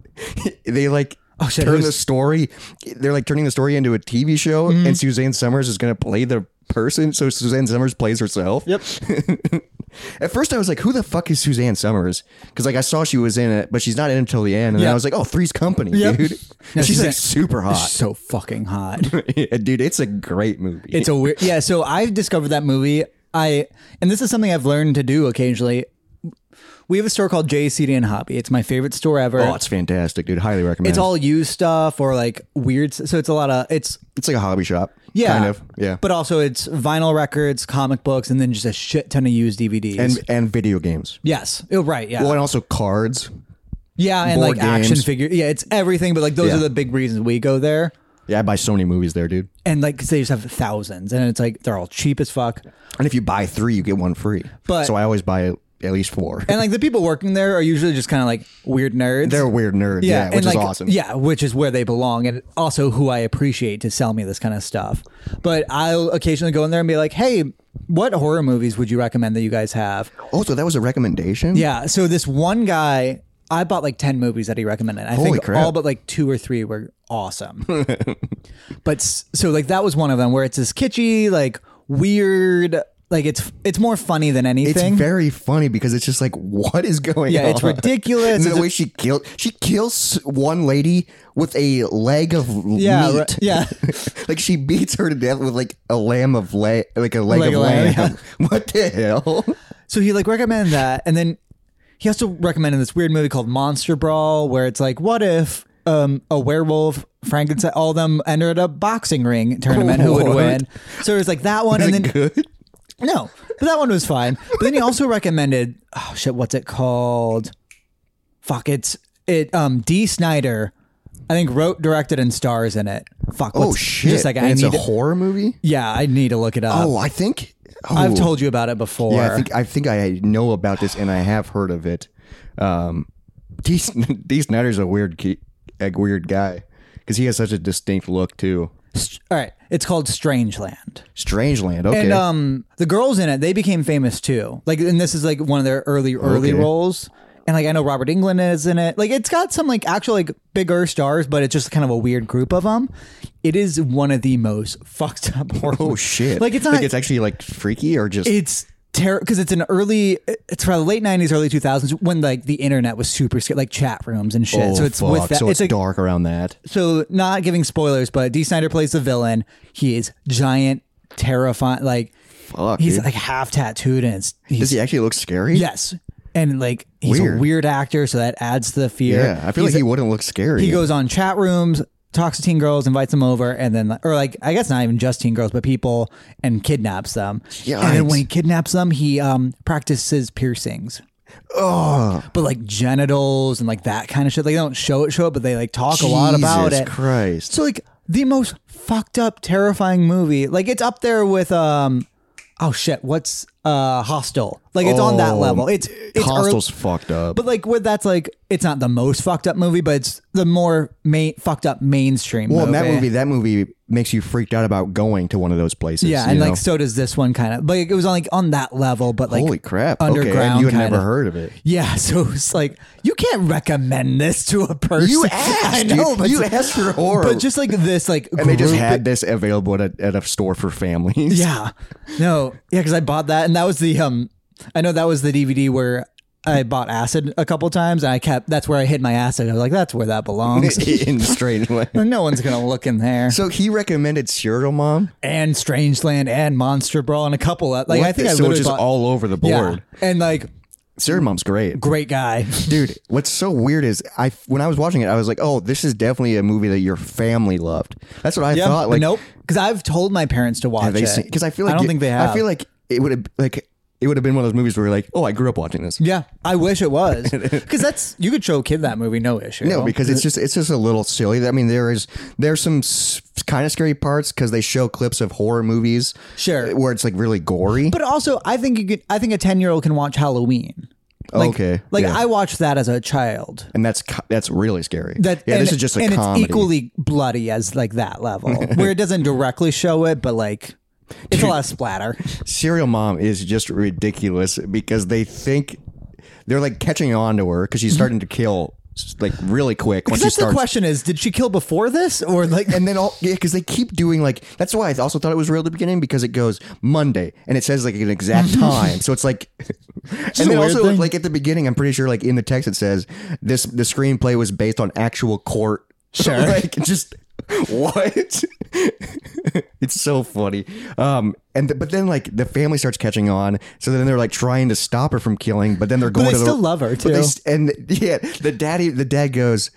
they like. Mm-hmm. Oh, shit, turn who's- the story. They're like turning the story into a TV show, Mm-hmm. and Suzanne Summers is going to play the person. So Suzanne Summers plays herself. Yep. [laughs] At first, I was like, "Who the fuck is Suzanne Summers?" Because like I saw she was in it, but she's not in it until the end. And then Yeah. I was like, "Oh, Three's Company, Yep. dude." No, she's Suzanne- like super [laughs] hot, [laughs] so fucking hot. Yeah, dude. It's a great movie. It's a weird. Yeah, so I've discovered that movie. I and this is something I've learned to do occasionally. We have a store called JCD and Hobby. It's my favorite store ever. oh, it's fantastic, dude. Highly recommend. it's all used stuff or like weird. s- So it's a lot of it's It's like a hobby shop. yeah, Kind of. Yeah. But also it's vinyl records, comic books, and then just a shit ton of used DVDs. and and video games. yes, oh, right, yeah, Well, and also cards. yeah, and like board action games. figure. Yeah, it's everything. But like those Yeah. are the big reasons we go there. Yeah, I buy so many movies there, dude. And like, cause they just have thousands, and it's like they're all cheap as fuck. And if you buy three, you get one free. But- so I always buy at least four. And like the people working there are usually just kind of like weird nerds. [laughs] They're weird nerds. Yeah, and which is like, awesome. Yeah, which is where they belong, and also who I appreciate to sell me this kind of stuff. But I'll occasionally go in there and be like, "Hey, what horror movies would you recommend that you guys have?" Also, that was a recommendation. Yeah. So this one guy, I bought like ten movies that he recommended. I think crap. all but like two or three were awesome. [laughs] but s- so like that was one of them where it's this kitschy, like weird, like it's it's more funny than It's anything. very funny because it's just like, [laughs] what is going on? yeah, [laughs] it's ridiculous. And It's the way she killed, she kills one lady with a leg of Yeah, meat. right- yeah. [laughs] like she beats her to death with like a lamb of leg, like a leg Leg of of lamb, lamb. [laughs] What the hell? So he like recommended that, and then he also recommended this weird movie called Monster Brawl, where it's like, what if um, a werewolf, Frankenstein, all of them entered a boxing ring tournament, who would [laughs] What? win? So it was like that one, and Is then it [laughs] good? no, but that one was fine. But then he also recommended, oh shit, what's it called? Fuck, it's it. Um, D. Snyder, I think wrote, directed, and stars in it. Fuck. Oh what's- shit! Just like and I it's need. a horror movie. yeah, I need to look it up. Oh, I think. Oh. I've told you about it before. Yeah, I think I think I know about this, and I have heard of it. Um, D. [laughs] Sn- D. Snyder's a weird, key, a weird guy, because he has such a distinct look too. St- All right, it's called Strangeland. Strangeland. Okay. And um, the girls in it, they became famous too. Like, and this is like one of their early, early Okay. roles. And like, I know Robert England is in it. Like, it's got some like actual like bigger stars, but it's just kind of a weird group of them. It is one of the most [laughs] fucked up. oh horror- shit! Like, it's not. it's actually like freaky or just. it's terrible because it's an early it's from the late 90s early 2000s when like the internet was super scary like chat rooms and shit oh, so it's fuck. with that so it's, like dark around that. so not giving spoilers but D Snyder plays the villain he is giant terrifying like Fuck. he's dude. like half tattooed and it's, he's Does he actually look scary? yes and like he's a Weird. weird actor so that adds to the fear Yeah, I feel He's like he wouldn't look scary. he goes on chat rooms talks to teen girls invites them over and then or like i guess not even just teen girls but people and kidnaps them and then when he kidnaps them he um practices piercings oh, but like genitals and like that kind of shit like they don't show it show it but they like talk a lot about Jesus it Christ. so like the most fucked up terrifying movie like it's up there with um oh shit what's uh hostile like it's on that Oh, level it's it's early, Hostel's fucked up. but like where that's like it's not the most fucked up movie, but it's the more main fucked up mainstream. well, movie. in that movie, that movie makes you freaked out about going to one of those places. yeah, you and know? like so does this one kind of. But like, it was on like on that level, but like holy crap, Okay, and underground. you had kinda. never heard of it. Yeah, [laughs] so it's like you can't recommend this to a person. You asked, [laughs] I know, dude. but you asked for horror, but just like this, like and they just group- had this available at a, at a store for [laughs] families. Yeah, no, yeah, because I bought that, and that was the um, I know that was the DVD where. I bought acid a couple times, and I kept. That's where I hid my acid. I was like, "That's where that belongs." [laughs] in strange [laughs] way. no one's gonna look in there. So he recommended Serial Mom. and Strangeland and Monster Brawl and a couple of like I think I so literally it's just bought- all over the yeah. board. and like Serial Mom's great. great guy. Dude, what's so weird is I when I was watching it, I was like, "Oh, this is definitely a movie that your family loved." That's what [laughs] I Yeah, thought. but Like, nope. Because I've told my parents to watch have they it. seen? Because I feel like I don't it- think they have. I feel like it would have like it would have been one of those movies where you're like, "Oh, I grew up watching this." yeah, I wish it [laughs] was because that's you could show a kid that movie, no issue. No, because it's just it's just a little silly. I mean, there is there's some s- kind of scary parts because they show clips of horror movies, Sure. where it's like really gory. but also I think you could. I think a ten year old can watch Halloween. Like, okay, like yeah. I watched that as a child. and that's co- that's really scary. That [laughs] yeah, and, this is just a and comedy. it's equally bloody as like that level where it doesn't directly show it, but like it's a lot of [laughs] splatter. Serial Mom is just ridiculous because they think they're like catching on to her because she's starting to kill like really quick when she Mm-hmm. That's the starts. question: Is did she kill before this or like? [laughs] And then all yeah, because they keep doing like that's why I also thought it was real at the beginning because it goes Monday and it says like [laughs] an exact time, so it's like. [laughs] and then a weird also thing. like at the beginning, I'm pretty sure like in the text it says this the screenplay was based on actual court. [laughs] Sure. like just what? [laughs] it's so funny. Um, and th- but then like the family starts catching on, so then they're like trying to stop her from killing, but then they're going they to the- still love her, but they too. s- and yeah, the daddy, the dad goes.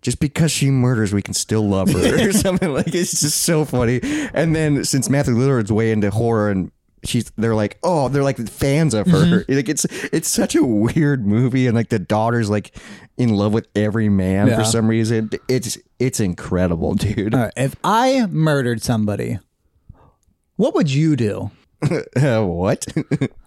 Just because she murders, we can still love her, or something like. It's just so funny. And then since Matthew Lillard's way into horror, and she's, they're like, oh, they're like fans of her. Like it's, it's such a weird movie, and like the daughter's like in love with every man Yeah. for some reason. It's, it's incredible, dude. All right, if I murdered somebody, what would you do? Uh, [laughs] what?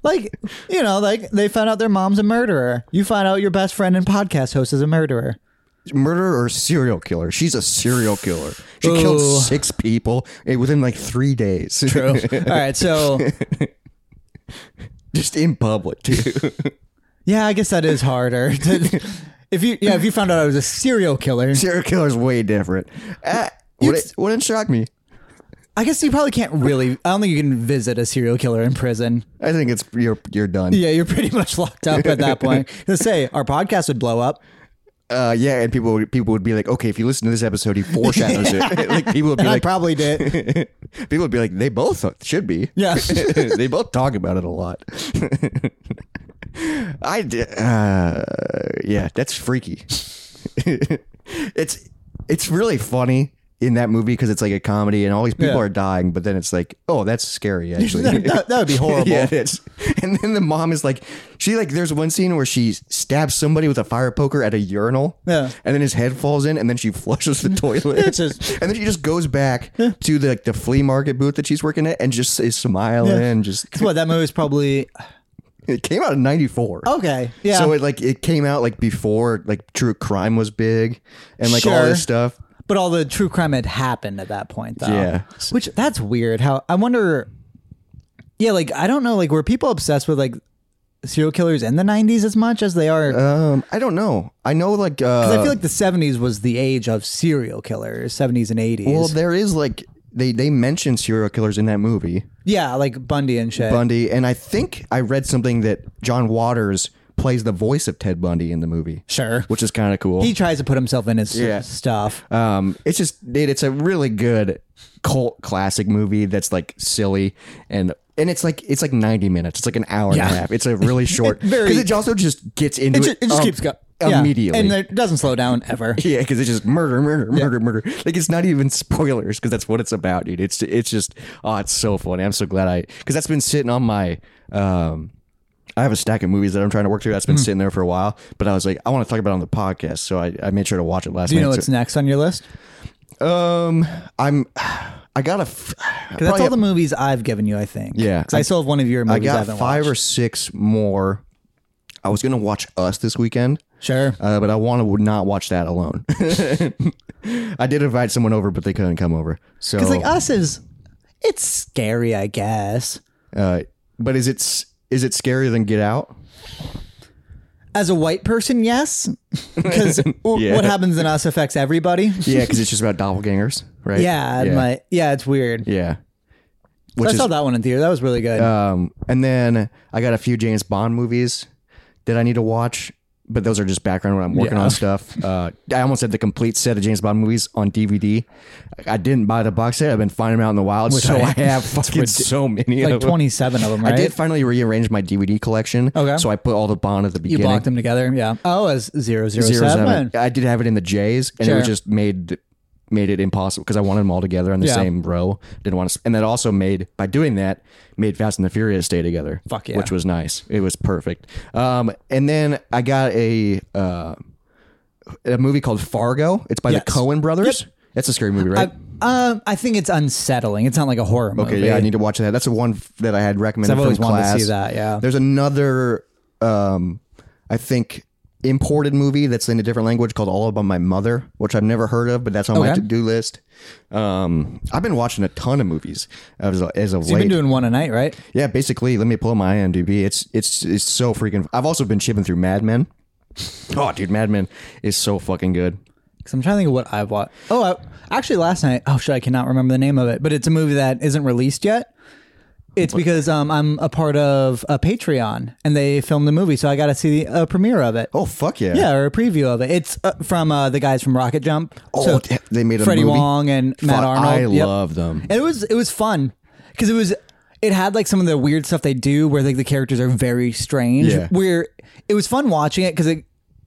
Like, you know, like they found out their mom's a murderer. You find out your best friend and podcast host is a murderer. [laughs] Murder or serial killer? She's a serial killer. She killed Ooh. six people eh, within like three days. True. All right, so [laughs] just in public too. yeah, I guess that is harder. [laughs] to- if you yeah, if you found out I was a serial killer, serial killer's way different. Uh, wouldn't, wouldn't shock me. I guess you probably can't really. I don't think you can visit a serial killer in prison. I think it's you're you're done. Yeah, you're pretty much locked up at that [laughs] point. Let's say our podcast would blow up. Uh, yeah, and people would, people would be like, okay, if you listen to this episode, he [laughs] foreshadows it. like people would be And I like, probably did. people would be like, they both should be. Yeah. [laughs] they both talk about it a lot. [laughs] I d- uh, [laughs] yeah, that's freaky. it's it's really funny in that movie because it's like a comedy and all these people Yeah. are dying, but then it's like, oh, that's scary [laughs] actually. that, that would be horrible. [laughs] Yeah, it is. And then the mom is like, she like, there's one scene where she stabs somebody with a fire poker at a urinal. Yeah. And then his head falls in, and then she [laughs] flushes the toilet. It's just- and then she just goes back to the like the flea market booth that she's working at, and just is smiling. And just That's what that movie's probably it came out in '94. okay. Oh, Yeah, So it like it came out like before like true crime was big, and like all Sure. this stuff. but all the true crime had happened at that point, though. Yeah. which that's weird. How I wonder. Yeah, like I don't know. Like were people obsessed with like serial killers in the '90s as much as they are? Um, I don't know. I know like uh, 'Cause I feel like the '70s was the age of serial killers. '70s and '80s. well there is like they they mention serial killers in that movie. yeah, like Bundy and shit. Bundy, and I think I read something that John Waters plays the voice of Ted Bundy in the movie, sure. which is kind of cool. He tries to put himself in his Yeah. stuff. um, it's just dude, it's a really good cult classic movie that's like silly and and it's like it's like ninety minutes. It's like an hour and a half. It's [laughs] a really short very- because it also just gets into It it. just, it just um, keeps going immediately. and it doesn't slow down ever. [laughs] Yeah, because it's just murder, murder, murder, murder. Like it's not even spoilers because that's what it's about, dude. It's it's just oh, it's so funny. I'm so glad I because that's been sitting on my um. I have a stack of movies that I'm trying to work through. Hmm. That's been sitting there for a while, but I was like, I want to talk about it on the podcast, so I, I made sure to watch it last Do you night. know what's next on your list? So- um, I'm, I got a, f- Because that's probably all a- the movies I've given you, I think. Yeah. Because I, still have one of your I movies I, got haven't five watched. or six more. I was gonna watch Us this weekend. Sure. uh, but I want to not watch that alone. [laughs] I did invite someone over, but they couldn't come over. So, Because, like, Us is, it's scary, I guess. uh, but is it s- is it scarier than Get [laughs] Out? As a white person, [laughs] yes. Because what happens in Us affects everybody. Yeah, because it's just about doppelgangers, right? Yeah. yeah, And like, yeah, it's weird. yeah. Which I is saw that one in theater. That was really good. um, and then I got a few James Bond movies that I need to watch, but those are just background when I'm working on stuff. Uh, I almost had the complete set of James Bond movies on DVD. I didn't buy the box set. I've been finding them out in the wild, so I- I, [laughs] have fucking so many. like of them. 27 of them, right? I did finally rearrange my DVD collection. Okay. So I put all the Bond at the You beginning. blocked them together. Yeah. Oh, as zero zero Zero seven. seven. I did have it in the J's, and it was Sure. just made made it impossible because I wanted them all together in the Yeah. same row. Didn't want to, and that also made by doing that made Fast and the Furious stay together. Fuck yeah. Which was nice. It was perfect. Um, and then I got a uh, a movie called Fargo. It's by Yes. the Cohen brothers. That's a scary movie, right? Um, I think it's unsettling. It's not like a horror movie. Okay, yeah, I need to watch that. That's the one f- that I had recommended I've always from wanted to class. see that, yeah. there's another, um, I think, imported movie that's in a different language called All About My Mother, which I've never heard of, but that's on my Okay. to do list. Um, I've been watching a ton of movies as of, as of You've late. been doing one a night, right? yeah, basically, let me pull up my IMDb. It's it's it's so freaking. I've also been chipping through Mad Men. Oh, dude, Mad Men is so fucking good. Because I'm trying to think of what I've watched. Oh, I, actually, last night. Oh shit, I cannot remember the name of it. But it's a movie that isn't released yet. It's because um, I'm a part of a Patreon and they filmed the movie, so I got to see the uh, premiere of it. Oh, fuck yeah. Yeah, or a preview of it. It's uh, from uh, the guys from Rocket Jump. Oh, so t- they made a Freddie movie? Wong and Matt Fuck, Arnold. I Yep. love them. And it was it was fun because it was it had like some of the weird stuff they do where like the characters are very strange. Yeah. Where it was fun watching it because it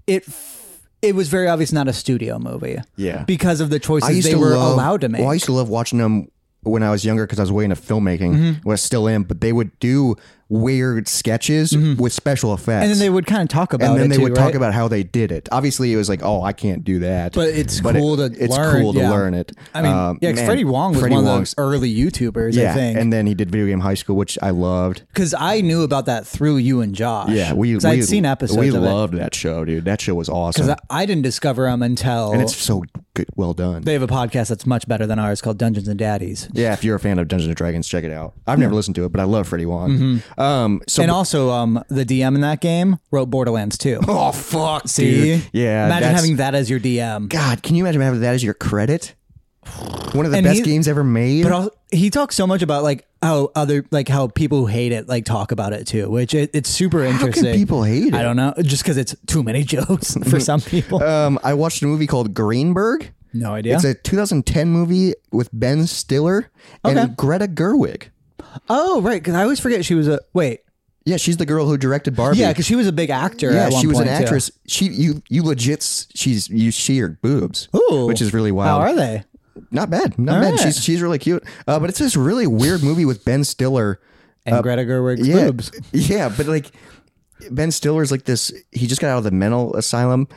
it f- it was very obvious not a studio movie. Yeah. because of the I choices used they to were love- allowed to make. Well, I used to love watching them when I was younger because I was way into filmmaking. Mm-hmm. Well, I still am, but they would do weird sketches with special effects. Mm-hmm. and then they would kind of talk about and it. then they too, would right? talk about how they did it. Obviously, it was like, oh, I can't do that. But it's it- cool to it's learn, cool to yeah. learn it. I mean, Um, yeah, 'cause man, Freddie Wong was Freddie one Wong's- of those early YouTubers, I Yeah, think. and then he did Video Game High School, which I loved. Because I knew about that through you and Josh. Yeah, we 'Cause we I'd seen episodes We of it. loved that show, dude. That show was awesome, 'Cause I I didn't discover them until and it's so good, well done. they have a podcast that's much better than ours called Dungeons and Daddies. yeah, if you're a fan of Dungeons and Dragons, check it out. I've never listened to it, but I love Freddie Wong. Mm-hmm. Um, so And also, um, the DM in that game wrote Borderlands 2. [laughs] Oh fuck, See? dude. Yeah, Imagine that's- having that as your DM. God, can you imagine having that as your credit? One of the And best he- games ever made. But also, he talks so much about like how other like how people who hate it like talk about it too, which it, it's super How interesting. can people Mm-hmm. hate I it? don't know, just because it's too many [laughs] jokes for some people. Um, I watched a movie called Greenberg. no idea. It's a 2010 movie with Ben Stiller and Okay. Greta Gerwig. oh right, because I always forget she was a wait. Yeah, she's the girl who directed Barbie. Yeah, because she was a big actor. Yeah, at one she was an point, too. actress. She you you legit s- she's you she her boobs, Ooh. which is really How wild. are they? not bad, not bad. right. She's she's really cute. Uh, but it's this really weird movie with Ben Stiller. and Greta Gerwig's Uh, Yeah, boobs. yeah, but like Ben Stiller's like this. He just got out of the mental asylum.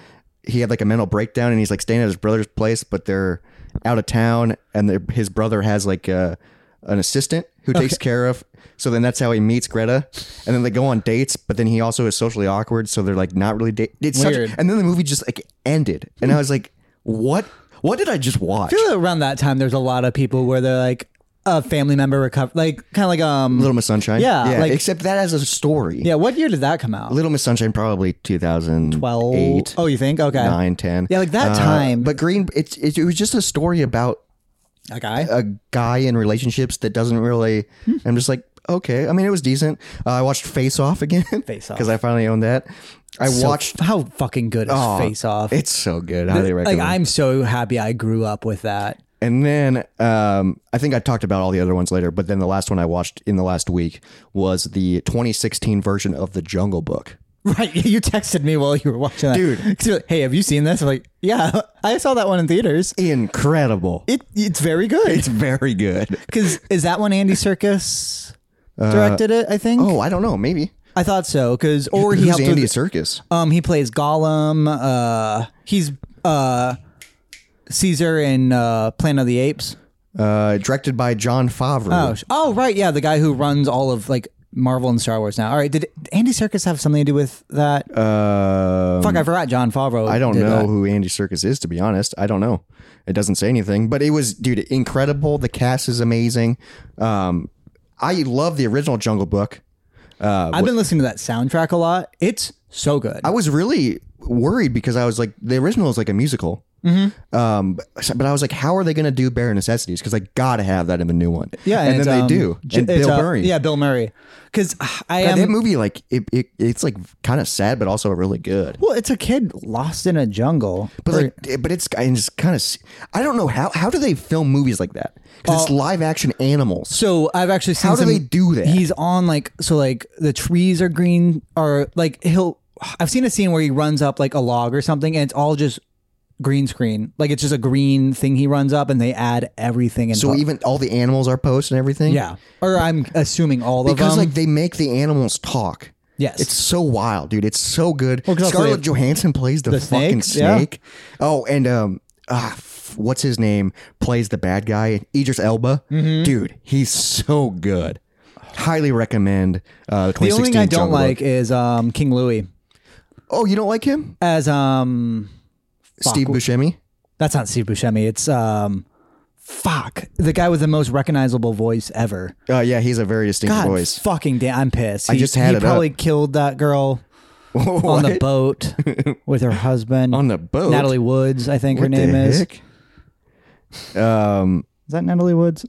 He had like a mental breakdown, and he's like staying at his brother's place, but they're out of town, and their- his brother has like a, an assistant who takes care of. So then that's how he meets Greta, and then they go on dates. But then he also is socially awkward, so they're like not really date. It's such- Weird. and then the movie just like ended, and I was like, what? What did I just watch? Around that time, there's a lot of people where they're like a family member recover, like kind of like um. Little Miss Sunshine. Yeah, like- except that as a story. Yeah, what year did that come out? Little Miss Sunshine probably 2008. Well, oh, you think? Okay, nine, ten. Uh, Yeah, like that time. But Green, it's it, it was just a story about that guy. a guy in relationships that doesn't really. Hmm. I'm just like, okay. I mean, it was decent. Uh, I watched Face Off again. [laughs] Face Off. because I finally owned that. I watched. how fucking good is oh, Face Off? It's so good. I highly Like recommend. I'm so happy I grew up with that. [laughs] and then um, I think I talked about all the other ones later. But then the last one I watched in the last week was the 2016 version of The Jungle Book. Right, you texted me while you were watching that, Dude. [laughs] 'Cause you're like, hey, have you seen this? I'm like, yeah, [laughs] I saw that one in theaters. Incredible. It it's very good. [laughs] It's very good. Because is that one Andy Circus directed it? I think. Uh, Oh, I don't know. Maybe. I thought so. Because or he Who's helped Andy with Circus? Um, he plays Gollum. Uh, he's uh, Caesar in uh, Planet of the Apes. Uh, directed by John Favreau. Oh, sh- oh, right, yeah, the guy who runs all of like Marvel and Star Wars now. All right, did Andy Serkis have something to do with that? Uh, Fuck, I forgot. John Favreau. I don't know who Andy Circus is, to be honest. I don't know. It doesn't say anything, but it was, dude, incredible. The cast is amazing. Um, I love the original Jungle Book. I've been listening to that soundtrack a lot. It's so good. I was really worried because I was like, the original is like a musical. Mm-hmm. Um, but, so- but I was like, how are they going to do Bare Necessities? Because I gotta have that in the new one. yeah, and, it's, then um, they do. J- and it's, Bill uh, Murray. Yeah, um, Bill Murray. Because I God, am. that movie, like, it, it it's like kind of sad, but also really good. well, it's a kid lost in a jungle. But Or- like, it- but it's and it's kind of. I don't know how how do they film movies like that? Because it's live action animals. So I've actually seen How do some- they do that? He's on like so like the trees are green or like he'll. I've seen a scene where he runs up like a log or something, and it's all just green screen. Like it's just a green thing he runs up, and they add everything in. So even all the animals are post and everything. Uh, yeah, um, or I'm assuming all because of them. like they make the animals talk. yes, It's so wild, dude. It's so good. 'cause also Scarlett they- Johansson plays the, fucking snake, yeah. snake. Oh, and um, ah, f- what's his name? Plays the bad guy, Idris Elba. Mm-hmm. Dude, he's so good. Highly recommend. Uh, the, the only 2016 thing I don't Jungle Book. like is um King Louis Oh, you don't like him? as um Steve Buscemi. that's not Steve Buscemi. It's um fuck the guy with the most recognizable voice ever. Uh, yeah, he's a very distinct God voice. fucking damn! I'm pissed. He, just he had it up. probably killed that girl. [laughs] on the What? boat with her husband. On the boat? Natalie Woods, I think her What the name is. Is heck? Um. that Natalie Woods?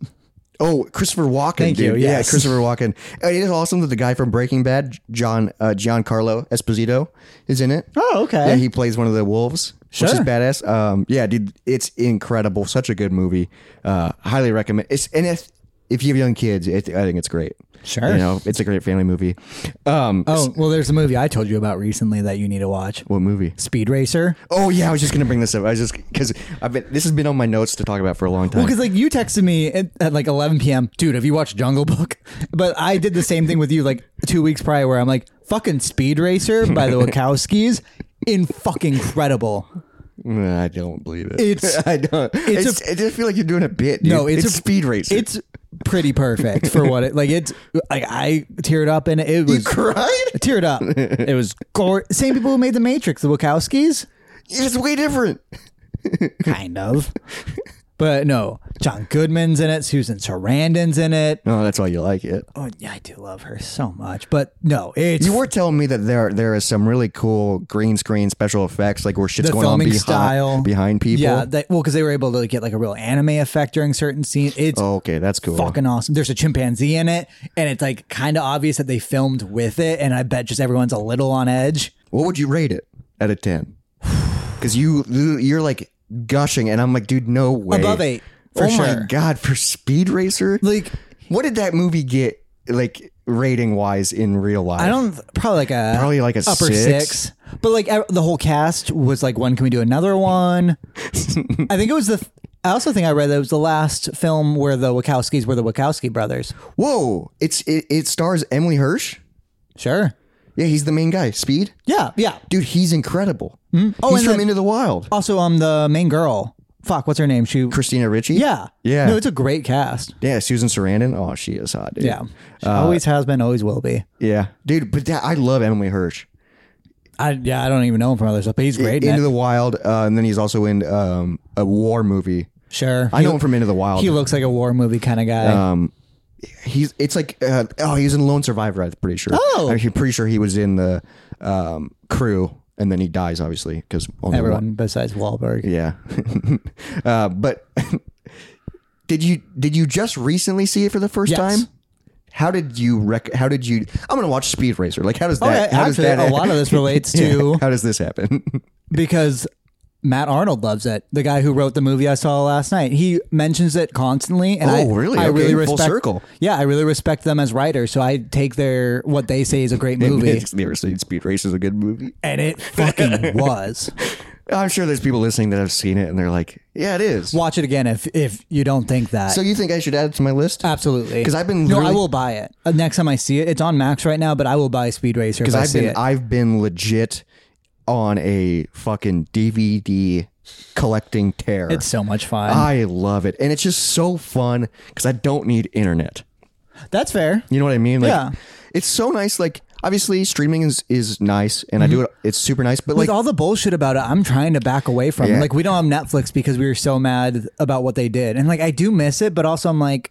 Oh, Christopher Walken. Thank dude. you, Yeah, yes. Christopher Walken. Uh, It is awesome that the guy from Breaking Bad, John uh, Giancarlo Esposito, is in it. Oh, okay. Yeah, he plays one of the wolves, which is Sure. badass. Um, yeah, dude, it's incredible. Such a good movie. Uh, highly recommend. It's and if if you have young kids, it, I think it's great. Sure. You know, it's a great family movie. Um, oh, well, there's a movie I told you about recently that you need to watch. what movie? Speed Racer. Oh yeah, I was just gonna bring this up. I was just because I've been this has been on my notes to talk about for a long time. Because Oh, like you texted me at, at like 11 p.m. Dude, have you watched Jungle Book? [laughs] But I did the same thing with you like two weeks prior, where I'm like, fucking Speed Racer by [laughs] the Wachowskis, in fucking credible. Mm, I don't believe it. It's- [laughs] I don't. It's, it's a- I just feel like you're doing a bit. Dude. No, it's, a speed racer. It's pretty perfect for what it like. It's like I teared up and it [laughs] was cried. I teared up. It was gore. Same people who made The Matrix, the Wachowskis, It's way different. kind of. But no, John Goodman's in it. Susan Sarandon's in it. No, that's why you like it. Oh, yeah, I do love her so much. But no, it's You were telling me that there there is some really cool green screen special effects, like where shit's The going on filming behi- style. behind people. yeah. That, well, because they were able to get like a real anime effect during certain scenes. It's Oh, okay, that's cool. fucking awesome. There's a chimpanzee in it, and it's like kind of obvious that they filmed with it. And I bet just everyone's a little on edge. What would you rate it out of ten? [sighs] Because you you're like gushing, and I'm like, dude, no way. Above eight, for oh my sure. god, for Speed Racer, Like what did that movie get like rating wise in real life? I don't probably like a Probably like a upper six. six. [laughs] But like e- the whole cast was like, when can we do another one? I think it was the I also think I read that it was the last film where the Wachowskis were the Wachowski brothers. Whoa! It's it, it stars Emily Hirsch. Sure. Yeah, he's the main guy. Speed, Yeah, yeah. dude, he's incredible. Oh, he's and from then- Into the Wild. Also, um, the main girl. Fuck, what's her name? She. Christina Ricci. Yeah. Yeah. No, it's a great cast. Yeah, Susan Sarandon. Oh, she is hot, dude. Yeah. Uh, She always has been, always will be. Yeah. Dude, but that, I love Emily Hirsch. I yeah, I don't even know him from other stuff, but he's great. in Into it. the Wild, uh, and then he's also in um, a war movie. sure. I know him from Into the Wild. He looks like a war movie kind of guy. he's it's like uh, oh, he's in Lone Survivor. I'm pretty sure. Oh. I'm pretty sure he was in the um, crew, and then he dies obviously because only one. Everyone besides Wahlberg. Yeah. [laughs] uh, but [laughs] did you did you just recently see it for the first Yes. time? How did you rec- how did you I'm going to watch Speed Racer. Like how does Okay, that how does actually, that a lot of this relates [laughs] Yeah, to How does this happen? [laughs] because Matt Arnold loves it. The guy who wrote the movie I saw last night, he mentions it constantly, and I, Oh, really? I Okay, really full respect. circle. Yeah, I really respect them as writers. So I take their what they say is a [laughs] great movie, It's- you ever seen Speed Racer is a good movie? and it [laughs] fucking was. I'm sure there's people listening that have seen it and they're like, "Yeah, it is." Watch it again if if you don't think that. So you think I should add it to my list? Absolutely, 'Cause I've been no. I literally- will buy it Uh, next time I see it. It's on Max right now, but I will buy Speed Racer if I Because I've see been it. I've been legit on a fucking DVD collecting tear. it's so much fun. I love it. And it's just so fun because I don't need internet. That's fair. You know what I mean? Like, Yeah. It's so nice. Like, obviously, streaming is, is nice, and Mm-hmm. I do it. It's super nice, but like, With all the bullshit about it, I'm trying to back away from it. Yeah. Like we don't have Netflix because we were so mad about what they did, and like I do miss it, but also I'm like,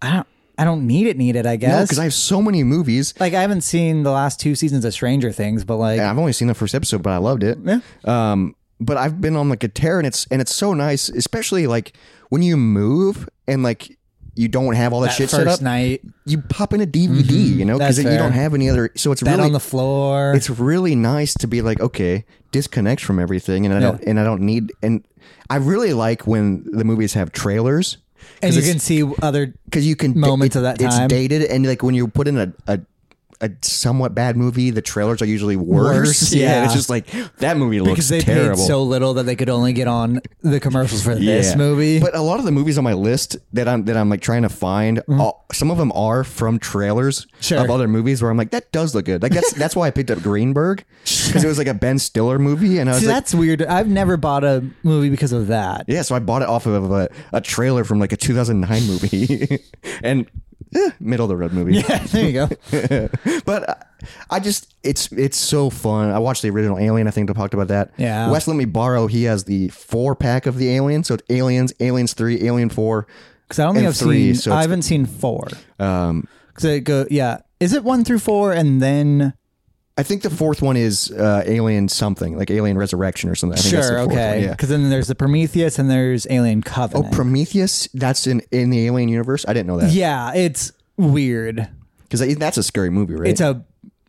I don't, I don't need it, need it. I guess because I have so many movies. like I haven't seen the last two seasons of Stranger Things, but like and I've only seen the first episode, but I loved it. Yeah. Um, but I've been on like a tear, and it's and it's so nice, especially like when you move and like you don't have all that, that shit set first up. night, You pop in a DVD, you know, because That's you fair. don't have any other. So it's that really on the floor. it's really nice to be like okay disconnect from everything and i don't and i don't need and i really like when the movies have trailers and you it's- can see other because you can Moments of that time. it's dated and like when you put in a, a a somewhat bad movie the trailers are usually worse, [laughs] Worse, yeah. it's just like that movie looks because they terrible paid so little that they could only get on the commercials for this Yeah. movie. But a lot of the movies on my list that I'm that I'm like trying to find, all, some of them are from trailers Mm-hmm. Sure. of other movies where I'm like, that does look good. Like that's that's why I picked up Greenberg because it was like a Ben Stiller movie, and I was See, like, that's weird. I've never bought a movie because of that. yeah, so I bought it off of a, a trailer from like a 2009 movie, [laughs] and eh, middle of the road [laughs] movie. there you go. but I, I just it's it's so fun. I watched the original Alien. I think I talked about that. Yeah. Wes let me borrow. He has the four pack of the Alien. So it's Aliens, Aliens Three, Alien Four. Because I don't think and I've three, seen. so I it's- haven't seen four. Um, Because it go. Yeah, is it one through four and then? I think the fourth one is uh, Alien something like Alien Resurrection or something. I think that's the Sure. fourth Okay. one, yeah. Oh, Because then there's the Prometheus and there's Alien Covenant. Prometheus. That's in in the Alien universe. I didn't know that yeah, it's weird. because that's a scary movie, right? It's a.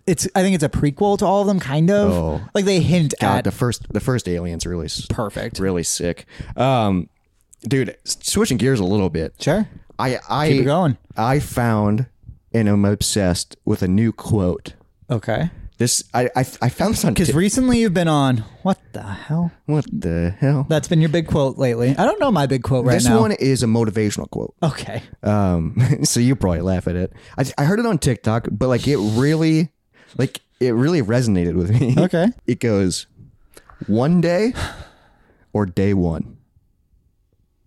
It's. I think it's a prequel to all of them, kind of. Oh. Like they hint God, at the first the first Alien's really s- perfect. really sick. Um, dude, s- switching gears a little bit. Sure. I I it going. I found and I'm obsessed with a new quote. Okay. This I I, I found this on Because Tik- recently you've been on what the hell? what the hell. That's been your big quote lately. I don't know my big quote right this now. one is a motivational quote. okay. Um, [laughs] so you probably laugh at it. I, I heard it on TikTok, but like it really, like it really resonated with me. [laughs] Okay. It goes, one day, or day one.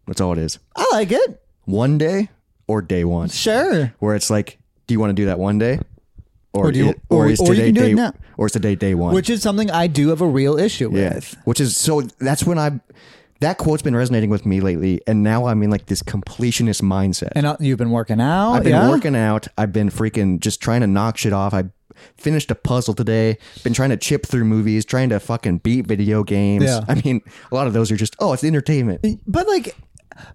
That's all it is. I like it. One day or day one. Sure. Where it's like, do you want to do that one day, or do you- it- or, or- is or you today can do it day now. or is today day one? Which is something I do have a real issue with. Uh, yeah. Which is so that's when I. That quote's been resonating with me lately, and now I'm in like this completionist mindset. And uh, you've been working out. I've been yeah? working out. I've been freaking just trying to knock shit off. I finished a puzzle today. Been trying to chip through movies, trying to fucking beat video games. Yeah. I mean, a lot of those are just oh, it's entertainment. But like,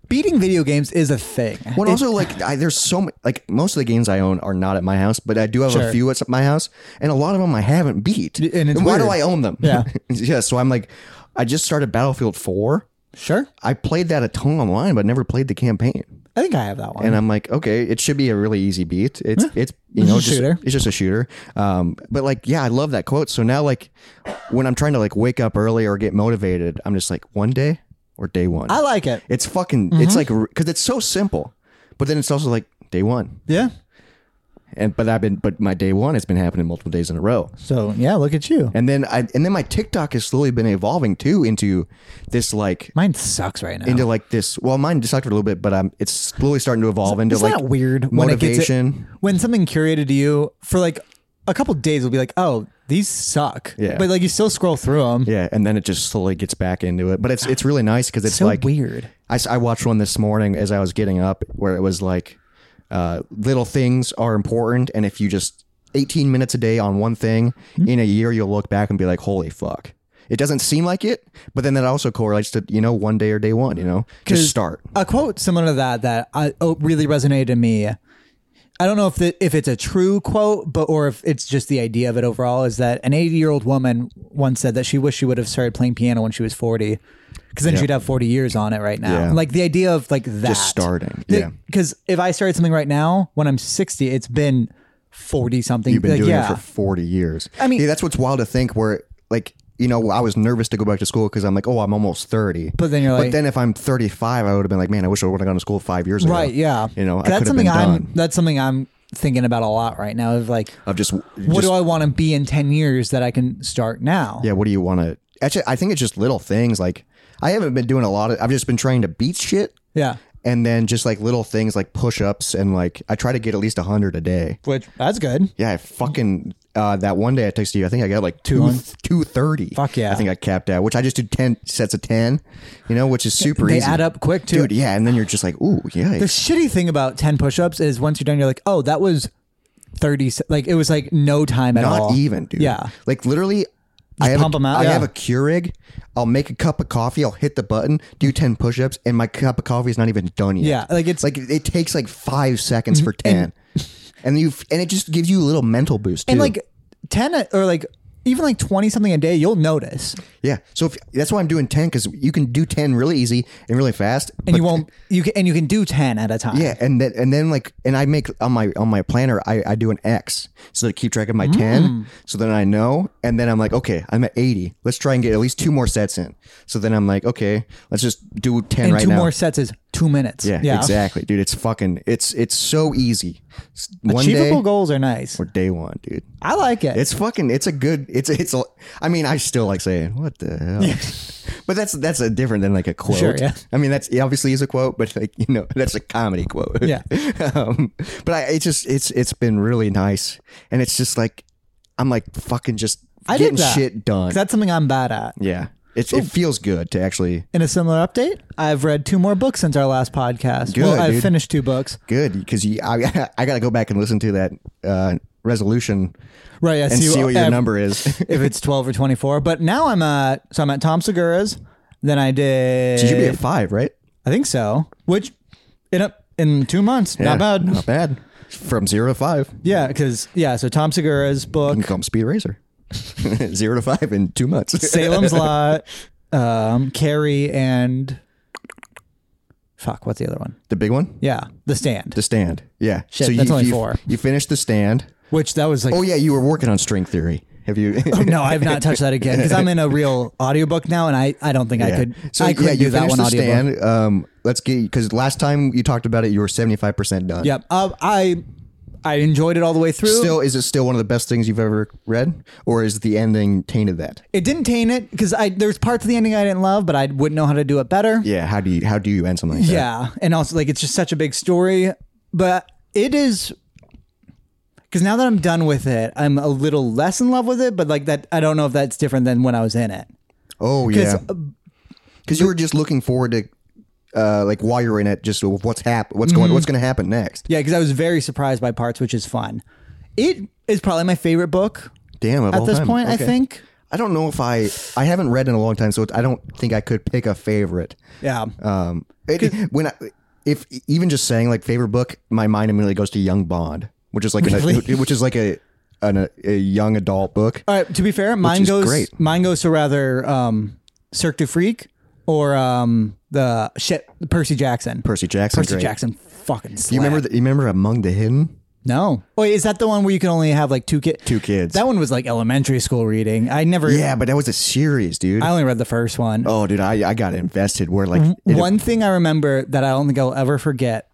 beating video games is a thing. But also, like, I, there's so much. Like, most of the games I own are not at my house, but I do have Sure. a few at my house, and a lot of them I haven't beat. and it's why do weird. I own them? Yeah. [laughs] yeah. So I'm like, I just started Battlefield Four. Sure, I played that a ton online, but never played the campaign. I think I have that one. and I'm like, okay, it should be a really easy beat. It's it's you It's know just a just, shooter. it's just a shooter. Um, but like, yeah, I love that quote. So now like, when I'm trying to like wake up early or get motivated, I'm just like, one day or day one. I like it. It's fucking. Mm-hmm. It's like because it's so simple, but then it's also like day one. Yeah. And but I've been but my day one has been happening multiple days in a row. So yeah, look at you. And then I and then my TikTok has slowly been evolving too into this like Mine sucks right now. into like this. Well, mine desucted a little bit, but I'm it's slowly starting to evolve into Isn't like that weird when it gets it- motivation. when something curated to you for like a couple days, will be like, oh, these suck. Yeah. But like you still scroll through them. Yeah, and then it just slowly gets back into it. But it's it's really nice because it's So like weird. I, s- I watched one this morning as I was getting up where it was like uh, little things are important, and if you just 18 minutes a day on one thing Hmm? in a year, you'll look back and be like, holy fuck. It doesn't seem like it, but then that also correlates to you know one day or day one. You know, just 'Cause start. A quote similar to that that I, oh, really resonated to me. I don't know if the, if it's a true quote, but or if it's just the idea of it overall is that an 80 year old woman once said that she wished she would have started playing piano when she was 40, because then she'd have 40 years on it right now. Yeah. Like the idea of like that starting, yeah. Because if I started something right now when I'm 60, it's been 40 something. You've been like, doing yeah. it for 40 years. I mean- yeah, that's what's wild to think where, like, you know, I was nervous to go back to school because I'm like, oh, I'm almost 30. But then you're but like- then if I'm 35, I would have been like, man, I wish I would have gone to school five years ago. Right. Yeah. You know, I that's could have something been I'm. done. That's something I'm thinking about a lot right now. Of like, Of just, what just- do I want to be in ten years that I can start now? yeah, what do you want to, actually, I think it's just little things. Like, I haven't been doing a lot of, I've just been trying to beat shit Yeah. and then just like little things like push ups and like, I try to get at least 100 a day. Which that's good. Yeah, I fucking uh, that one day I texted you. I think I got like two two thirty. Fuck yeah. I think I capped out, which I just do ten sets of ten. You know, which is super They easy. add up quick too. dude. Yeah, and then you're just like, ooh, yeah. The shitty thing about ten push-ups is once you're done, you're like, oh, that was thirty. se- Like it was like no time at all. Not even, dude. Yeah. like literally. I have, pump a, 'em out, I yeah. have a Keurig. I'll make a cup of coffee. I'll hit the button, do ten push-ups, and my cup of coffee is not even done yet. Yeah, like, it's- like it takes like five seconds Mm-hmm. for ten, and you and it just gives you a little mental boost. Too. And like ten a- or like even like twenty something a day, you'll notice, yeah, so if, that's why I'm doing ten because you can do ten really easy and really fast, and you won't. You can and you can do ten at a time. Yeah, and then and then like and I make on my on my planner I, I do an X so to keep track of my Mm. ten. So then I know, and then I'm like, okay, I'm at eighty. Let's try and get at least two more sets in. So then I'm like, okay, let's just do ten And right two now. more sets is two minutes. yeah, exactly, dude. It's fucking it's it's so easy. S- One Achievable day goals are nice. or day one, dude. I like it. It's fucking. It's a good. It's it's. A, I mean, I still like saying what the hell, [laughs] but that's that's a different than like a quote. Sure, yeah. I mean, that's it obviously is a quote, but like you know, [laughs] that's a comedy quote. Yeah. [laughs] um, but I it's just it's it's been really nice, and it's just like I'm like fucking just I did getting that. shit done. 'Cause that's something I'm bad at. yeah. It's it feels good to actually In a similar update, I've read two more books since our last podcast. well, Good, I've dude. finished two books. good because you I [laughs] I got to go back and listen to that uh, resolution Right, I and see, what your ev- number is. [laughs] if it's twelve or twenty four. But now I'm at so I'm at Tom Segura's. Then I did. Did you be at five, right? I think so. Which in a, in two months, Yeah, not bad. Not bad. From zero to five. Yeah, because yeah. So Tom Segura's book, You can call him Speed Racer. [laughs] Zero to five in [laughs] two months. Salem's Lot, um, Carrie, and fuck, what's the other one? the big one? Yeah, The Stand. The stand. Yeah. Shit, that's you, only you- four. You finished the stand. Which that was like Oh yeah, you were working on string theory. Have you [laughs] Oh, no, I've not touched that again because I'm in a real audiobook now, and I, I don't think I Yeah. could I could yeah, not you do that one finished the audiobook. stand. Um let's get because last time you talked about it, you were seventy five percent done. Yep, um, I I enjoyed it all the way through. Still is it still one of the best things you've ever read? Or is the ending tainted that? it didn't taint it because I there's parts of the ending I didn't love, but I wouldn't know how to do it better. Yeah, how do you how do you end something like that? Yeah, and also like it's just such a big story, but it is because now that I'm done with it, I'm a little less in love with it. But like that, I don't know if that's different than when I was in it. Oh 'Cause, uh, yeah. Because you were just looking forward to uh like while you're in it, just what's hap- what's going what's gonna happen next. Mm-hmm. Yeah, because I was very surprised by parts, which is fun. It is probably my favorite book Damn, of at all this time. point. I Okay. think. I don't know if I I haven't read in a long time, so I don't think I could pick a favorite. Yeah. Um, it, when I, if even just saying like favorite book, my mind immediately goes to Young Bond, which is like Really? an, [laughs] which is like a an, a young adult book. All right. To be fair, mine is goes great. mine goes to rather um, Cirque du Freak or um, the shit Percy Jackson. Percy Jackson. Percy great. Jackson fucking. Slapped. You remember? The, you remember Among the Hidden? No. Wait, is that the one where you can only have like two kids? Two kids. That one was like elementary school reading. I never. yeah, but that was a series, dude. I only read the first one. oh, dude, I, I got invested. Where like it- One thing I remember that I don't think I'll ever forget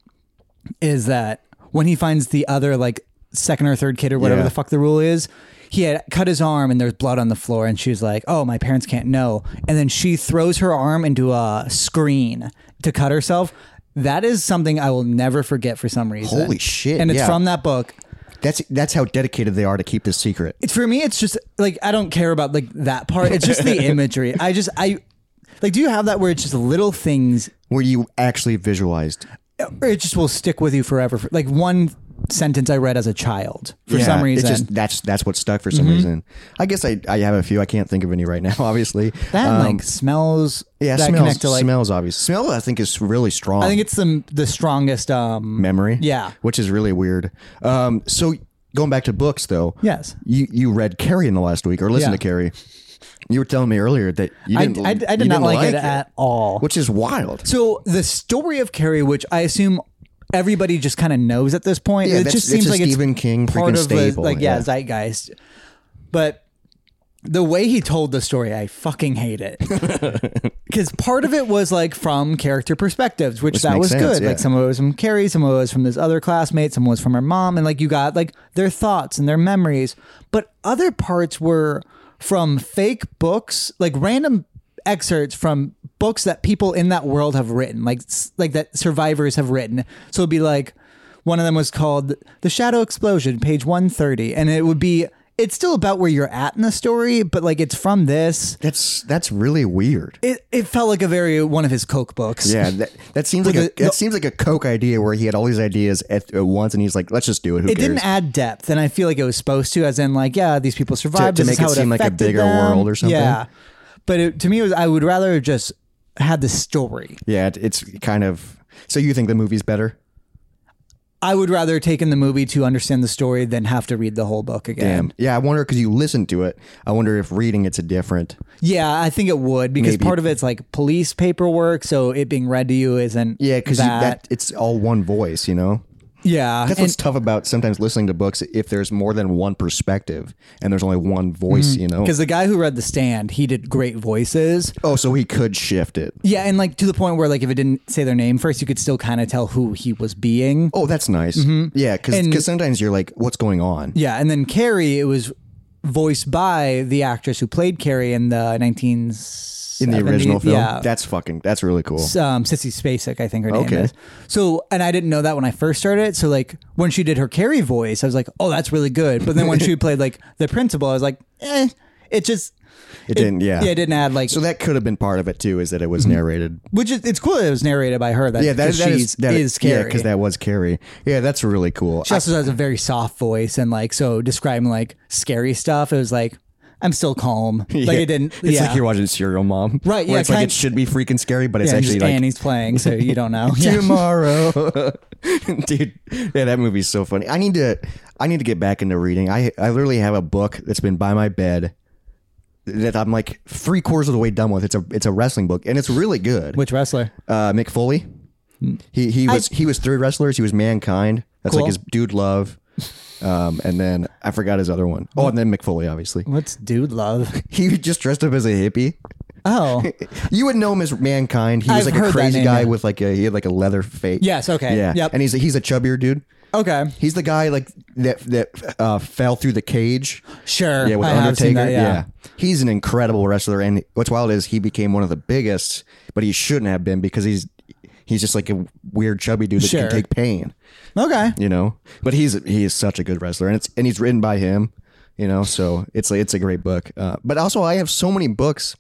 is that when he finds the other like second or third kid or whatever Yeah. the fuck the rule is, he had cut his arm and there's blood on the floor and she's like, "Oh, my parents can't know." And then she throws her arm into a screen to cut herself. That is something I will never forget for some reason. Holy shit, And it's yeah. from that book. that's that's how dedicated they are to keep this secret. It's for me it's just like I don't care about like that part. It's just [laughs] the imagery. I just I like do you have that where it's just little things Where you actually visualized. or it just will stick with you forever. Like one sentence I read as a child for Yeah, some it's reason. Mm-hmm. just that's that's what stuck for some reason. I guess I, I have a few. I can't think of any right now, [laughs] obviously. that Um, like smells. yeah, that smells connect to like. smells obvious. Smell I think is really strong. I think it's the the strongest. Um, memory. Yeah. which is really weird. Um, so going back to books though. Yes. you you read Carrie in the last week or listened Yeah. to Carrie. You were telling me earlier that you I, didn't. I, I you did didn't not like, it, at all. which is wild. So the story of Carrie, which I assume everybody just kind of knows at this point, Yeah, it that's- just it's seems a like Stephen it's King part freaking of the, staple, like yeah, yeah. zeitgeist. But the way he told the story, I fucking hate it because part of it was like from character perspectives, which, that makes was sense, good. yeah. Like some of it was from Carrie, some of it was from this other classmate, some was from her mom, and like you got like their thoughts and their memories. But other parts were from fake books, like random excerpts from books that people in that world have written, like s- like that survivors have written. So it'd be like one of them was called "The Shadow Explosion," page one thirty, and it would be. It's still about where you're at in the story, but like it's from this. That's that's really weird. It, it felt like a very one of his Coke books. [laughs] Yeah, that, that seems like the- a that seems like a Coke idea where he had all these ideas at, at once and he's like, let's just do it. Who it cares? didn't add depth, and I feel like it was supposed to, as in like, yeah, these people survived. to this make is how it seem like a affected bigger them. world or something. Yeah, but it, to me, it was I would rather have just had the story. yeah, it, it's kind of. So you think the movie's better? I would rather take in the movie to understand the story than have to read the whole book again. Yeah, I wonder because you listened to it. I wonder if reading it's a different. Yeah, I think it would because Maybe. part of it's like police paperwork, so it being read to you isn't. Yeah, because that, that it's all one voice. You know, yeah, that's what's tough about sometimes listening to books. If there's more than one perspective and there's only one voice, Mm-hmm. you know. because the guy who read The Stand, he did great voices. Oh, so he could shift it. Yeah, and like to the point where like if it didn't say their name first, you could still kind of tell who he was being. Oh, that's nice. Yeah, because Mm-hmm. And- sometimes you're like, what's going on? Yeah, and then Carrie, it was voiced by the actress who played Carrie in the 19 in the original film. Yeah, That's fucking. That's really cool. um, Sissy Spacek, I think her name Okay. is. So, and I didn't know that when I first started it. So, like when she did her Carrie voice, I was like, "Oh, that's really good." But then when [laughs] she played like the principal, I was like, "Eh, it just it, didn't. Yeah. yeah, it didn't add like so that could have been part of it too, is that it was narrated. which is it's cool that it was narrated by her. Mm-hmm. That Yeah, that, 'cause that she's, is that is yeah, Carrie because that was Carrie. Yeah, that's really cool. she also has a very soft voice and like so describing like scary stuff. It was like I'm still [laughs] calm. Like Yeah. it didn't. It's yeah. like you're watching Serial Mom, Right, Where yeah, it's like kind- it should be freaking scary, but it's and actually just like Annie's playing, so you don't [laughs] know. Yeah. tomorrow, [laughs] dude. Yeah, that movie's so funny. I need to, I need to get back into reading. I, I literally have a book that's been by my bed that I'm like three quarters of the way done with. It's a, it's a wrestling book, and it's really good. Which wrestler? uh, Mick Foley. He he was he was three wrestlers. He was Mankind. That's Cool. like his dude love. Um, and then I forgot his other one. Oh, and then Mick Foley, obviously. What's dude [laughs] love? He was just dressed up as a hippie. Oh, You would know him as Mankind. He was I've like heard a that crazy name, guy yeah. with like a he had like a leather fake. Yes, okay. Yeah. Yep. And he's he's a chubbier dude. okay, He's the guy like that that uh, fell through the cage. sure. Yeah, with I have Undertaker. seen that, yeah. he's an incredible wrestler, and what's wild is he became one of the biggest, but he shouldn't have been because he's he's just like a weird chubby dude that Sure. can take pain, Okay, you know. But he's he is such a good wrestler, and it's and he's written by him, you know. So it's like, it's a great book. Uh, but also, I have so many books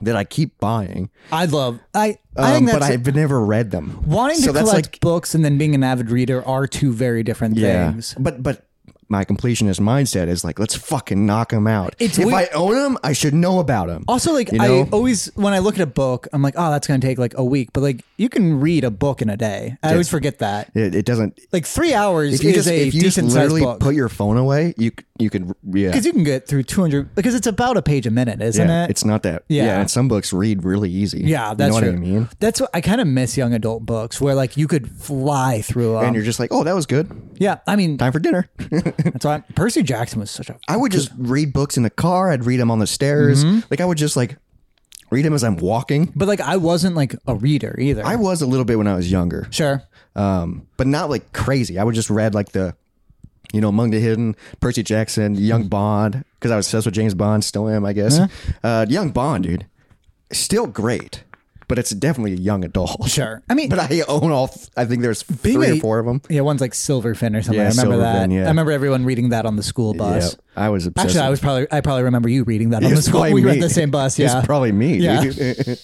that I keep buying, I love. I I um, think but that's I've never read them. wanting to so that's collect like- books and then being an avid reader are two very different Yeah, things. but but my completionist mindset is like, let's fucking knock them out. It's if weird- I own them, I should know about them. Also, like You I know? always when I look at a book, I'm like, oh, that's gonna take like a week. But like you can read a book in a day. I always forget that. it, it doesn't. Like three hours If you is just a if you just decent sized literally book put your phone away, you c- you could yeah. because you can get through 200 because it's about a page a minute, isn't yeah, it? it's not that. Yeah. Yeah. and some books read really easy. yeah, that's you know true. what I mean. That's what I kind of miss young adult books where like you could fly through. And Um, you're just like, oh, that was good. yeah, I mean Time for dinner. that's why Percy Jackson was such a I [laughs] would just read books in the car. I'd read them on the stairs. Mm-hmm. Like I would just like read them as I'm walking. But like I wasn't like a reader either. I was a little bit when I was younger, sure. um, but not like crazy. I would just read like the, you know, Among the Hidden, Percy Jackson, Young Mm-hmm. Bond, because I was obsessed with James Bond. Still am, I guess. Uh-huh. Uh, Young Bond, dude, still great, but it's definitely a young adult. [laughs] Sure. I mean But I own all. th- I think there's three a- or four of them. yeah, one's like Silverfin or something. Yeah, I remember that. Silverfin, yeah. I remember everyone reading that on the school bus. I was obsessed. Actually, I with- was probably I probably remember you reading that on the It's school. probably We were at me. the same bus, yeah. It's probably me. Yeah. dude.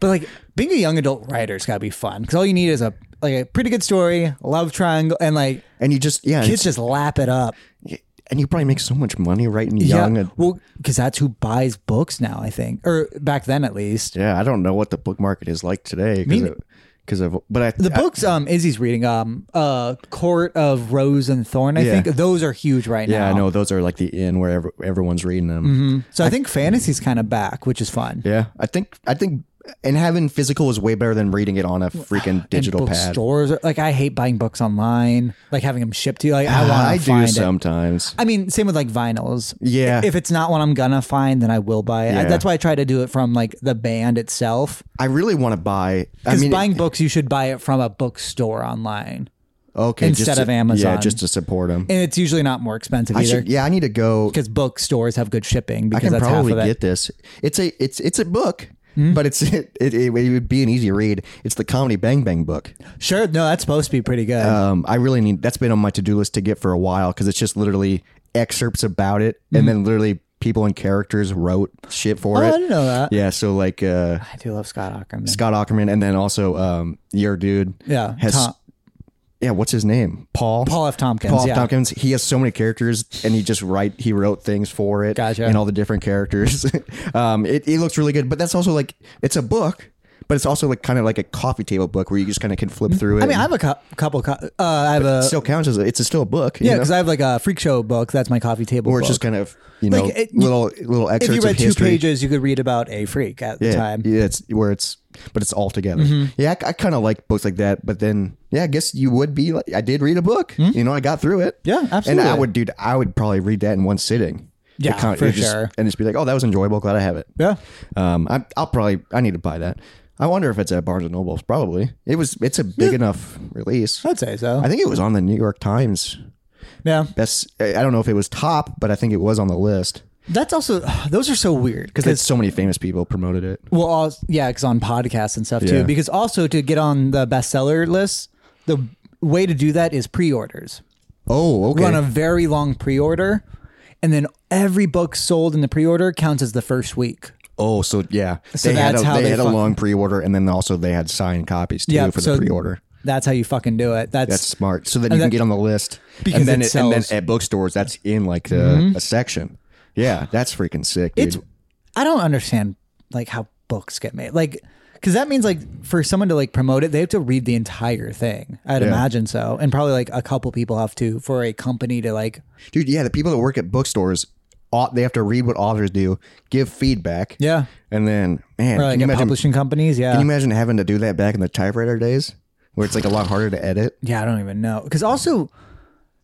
but like being a young adult writer's gotta be fun because all you need is a like a pretty good story, a love triangle, and like [laughs] and you just yeah, kids just lap it up. it's- and you probably make so much money writing young. yeah, ad- well, because that's who buys books now. I think, or back then at least. Yeah, I don't know what the book market is like today because of, but I The books um Izzy's reading um uh Court of Rose and Thorn I Yeah. think those are huge right Yeah, now. I know those are like the inn where ev- everyone's reading them. So I think fantasy's kind of back, which is fun. Yeah, I think I think and having physical is way better than reading it on a freaking digital pad. Bookstores, are- like I hate buying books online, like having them shipped to you. Like I want Ah, I to do find it. sometimes. I mean, same with like vinyls. Yeah. If it's not one I'm gonna find, then I will buy it. I- Yeah. that's why I try to do it from like the band itself. I really want to buy. I Because mean, buying books, you should buy it from a bookstore online, okay, just instead to- of Amazon. yeah, just to support them. and it's usually not more expensive I either. should, yeah, I need to go. Because bookstores have good shipping. I Because can that's probably half of it. Hmm? get this. It's a it's it's a book, but it's [laughs] it, it it would be an easy read. It's the comedy Bang Bang book. Sure. No, that's supposed to be pretty good. um, I really need that's been on my to do list to get for a while because it's just literally excerpts about it and then literally people and characters wrote shit for Mm-hmm. oh, I it. didn't know that. Yeah, so like uh, I do love Scott Ackerman. Scott Ackerman and then also um, your dude. yeah. has Tom- yeah, what's his name? Paul. Paul F. Tompkins. Paul yeah. Tompkins. He has so many characters, and he just write he wrote things for it, Gotcha. and all the different characters. [laughs] um, it, it looks really good, but that's also like it's a book, but it's also like kind of like a coffee table book where you just kind of can flip through it. Mm-hmm. I mean, I and have a cou- couple. Co- uh, I have a it still counts as a, it's a, still a book. you yeah, know? because I have like a freak show book. That's my coffee table. or book. it's just kind of you know Like, it- little little if excerpts you read of two history. pages, you could read about a freak at yeah, the time. Mm-hmm. yeah, it's where it's but it's all together. Yeah, I, I kind of like books like that. But then yeah, I guess you would be like I did read a book. You know, I got through it. Hmm? Yeah, And I absolutely. would, dude, I would probably read that in one sitting. It Yeah, kinda- for it just- sure. And just be like, oh, that was enjoyable. Glad I have it. Yeah. Um, I, I'll probably I need to buy that. I wonder if it's at Barnes and Nobles. Probably. It was. It's a big enough release. I'd say so. I think it was on the New York Times. yeah, Best. I I don't know if it was top, but I think it was on the list. that's also [sighs] those are so weird because because so many famous people promoted it. well, all, yeah, because on podcasts and stuff too. Yeah. Because also to get on the bestseller list, the way to do that is pre-orders. Oh, okay. Run a very long pre-order, and then every book sold in the pre-order counts as the first week. oh, so yeah, So they had that's a, how they they had a fu- long pre-order, and then also they had signed copies too Yeah, for the so- pre-order. That's how you fucking do it. That's, That's smart. So that you that- can get on the list, Because and then it and then sells. Mm-hmm. at bookstores, that's in like the, a section. Yeah, that's freaking sick, dude. it's I don't understand like how books get made. Like cuz that means like for someone to like promote it, they have to read the entire thing. I'd imagine so. And probably like a couple people have to for a company to like dude, yeah, the people that work at bookstores, au- they have to read what authors do, give feedback, yeah, and then man, or can like you at imagine? publishing companies, yeah. Can you imagine having to do that back in the typewriter days, where it's like a lot harder to edit? yeah, I don't even know. Cuz also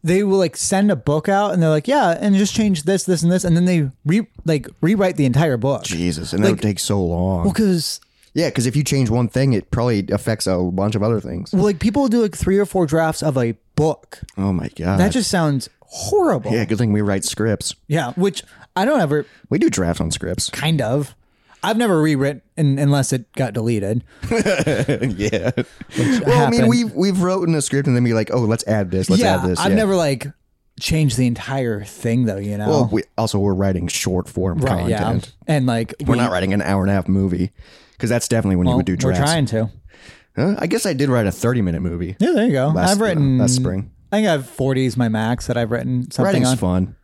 they will like send a book out and they're like, "Yeah, and just change this, this and this." And then they re like rewrite the entire book. Jesus, and that would take so long. Cuz Yeah, because if you change one thing, it probably affects a bunch of other things. like people do like 3 or 4 drafts of a book. Oh my god. That just sounds horrible. yeah, good thing we write scripts. yeah, which I don't ever We do draft on scripts. kind of. I've never rewritten un- unless it got deleted. yeah. Well, I mean, happened. we've we've written a script and then be like, oh, let's add this. Let's yeah, add this. I've yeah. never like changed the entire thing though. You know, Well, Oh, we, also, we're writing short form Right, content. yeah, and like We're not writing an hour and a half movie because that's definitely when you would do We're drafts. trying to. Huh? I guess I did write a thirty minute movie. Yeah, there you go. Last, uh, I've written last spring. I think I have 40 is my max that I've written something Writing's on. fun.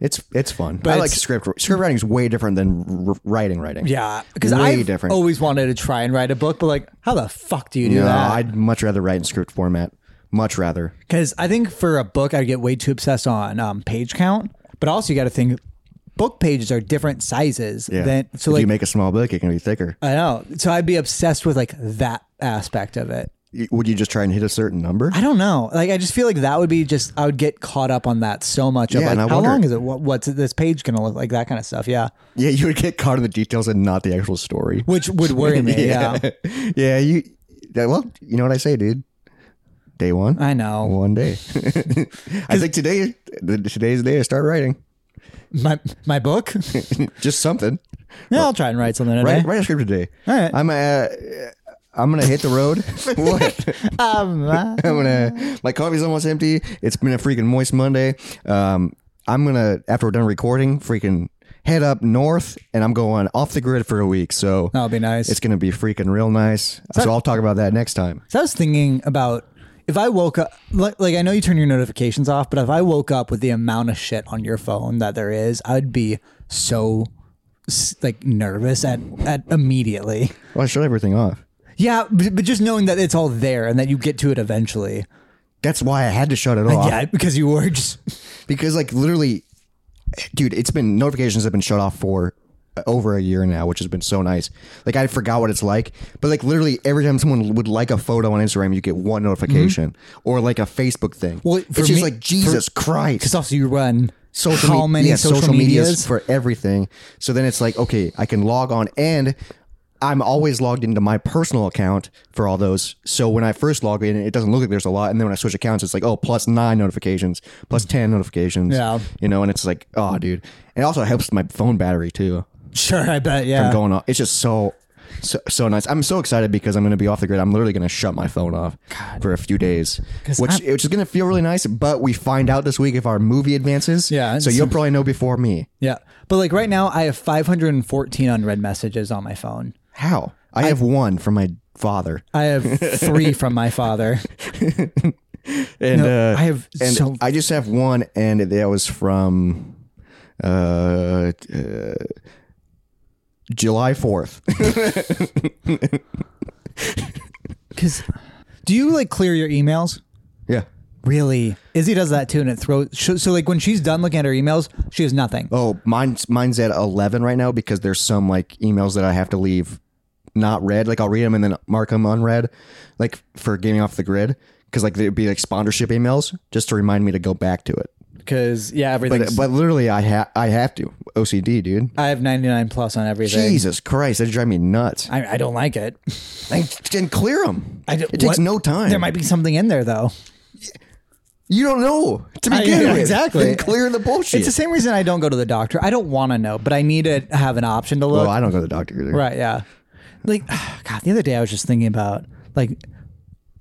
It's it's fun. I like it's- script script writing's way different than r- writing writing. Yeah, because Way I different. always wanted to try and write a book, but like, how the fuck do you do No, that? I'd much rather write in script format. Much rather. Because I think for a book, I get way too obsessed on um, page count. But also, you got to think book pages are different sizes. Yeah. Than, so, if like, you make a small book, it can be thicker. I know. So, I'd be obsessed with like that aspect of it. Y- Would you just try and hit a certain number? I don't know. Like, I just feel like that would be just, I would get caught up on that so much. Yeah, of and I like, how wonder- long is it? What, what's this page going to look like? That kind of stuff. Yeah. Yeah, you would get caught in the details and not the actual story. Which would [laughs] worry me. yeah. [laughs] yeah, you. yeah, well, you know what I say, dude. Day one, I know. one day. [laughs] I think today, th- today's the day to start writing. [laughs] My my book? Just something. yeah, I'll try and write something today. Write, write a script today. Eh. All right. I'm uh, I'm gonna hit the road. [laughs] what? Um, uh, [laughs] I'm gonna. My coffee's almost empty. It's been a freaking moist Monday. Um, I'm gonna after we're done recording, freaking head up north, and I'm going off the grid for a week. So that'll be nice. It's gonna be freaking real nice. so I'll talk about that next time. So I was thinking about if I woke up, like, like I know you turn your notifications off, but if I woke up with the amount of shit on your phone that there is, I'd be so s- like nervous at, at immediately. Well, I shut everything off. Yeah, but, but just knowing that it's all there and that you get to it eventually. That's why I had to shut it off. [laughs] Yeah, because you were just Because like literally, dude, it's been notifications have been shut off for uh, over a year now, which has been so nice. Like I forgot what it's like, but like literally every time someone would like a photo on Instagram, you get one notification or like a Facebook thing. Mm-hmm. Well, it's for just me- like Jesus Christ. because also you run social how me- many yeah, social, medias medias? for everything. So then it's like, okay, I can log on and I'm always logged into my personal account for all those. So when I first log in, it doesn't look like there's a lot. And then when I switch accounts, it's like, oh, plus nine notifications, plus 10 notifications. Mm. Yeah. You know, and it's like, oh, dude. And it also helps my phone battery too sure, I bet. Yeah, going on. It's just so, so, so nice. I'm so excited because I'm going to be off the grid. I'm literally going to shut my phone off for a few days, which I'm- which is going to feel really nice. But we find out this week if our movie advances. Yeah, So it's- you'll probably know before me. yeah. But like right now, I have 514 unread messages on my phone. How? I, have one from my father, I have [laughs] three from my father. and uh, I have and so I just have one, and that was from. Uh, uh July 4th. Because do you like clear your emails? [laughs] yeah. Really, Izzy does that too, and it throws. So, so like when she's done looking at her emails, she has nothing. Oh, mine's mine's at eleven right now because there's some like emails that I have to leave not read. Like I'll read them and then mark them unread, like for getting off the grid. Because like there'd be like sponsorship emails just to remind me to go back to it. Because yeah, everything. But uh, literally, I ha- I have to OCD, dude. I have ninety nine plus on everything. Jesus Christ, that drive me nuts. I, I don't like it. And, and clear them. I d- it takes what? no time. There might be something in there though. you don't know to I- begin with. exactly. Then clear the bullshit. It's the same reason I don't go to the doctor. I don't want to know, but I need to have an option to look. well, Oh, I don't go to the doctor either. Right. Yeah. Like, [sighs] God, the other day I was just thinking about like,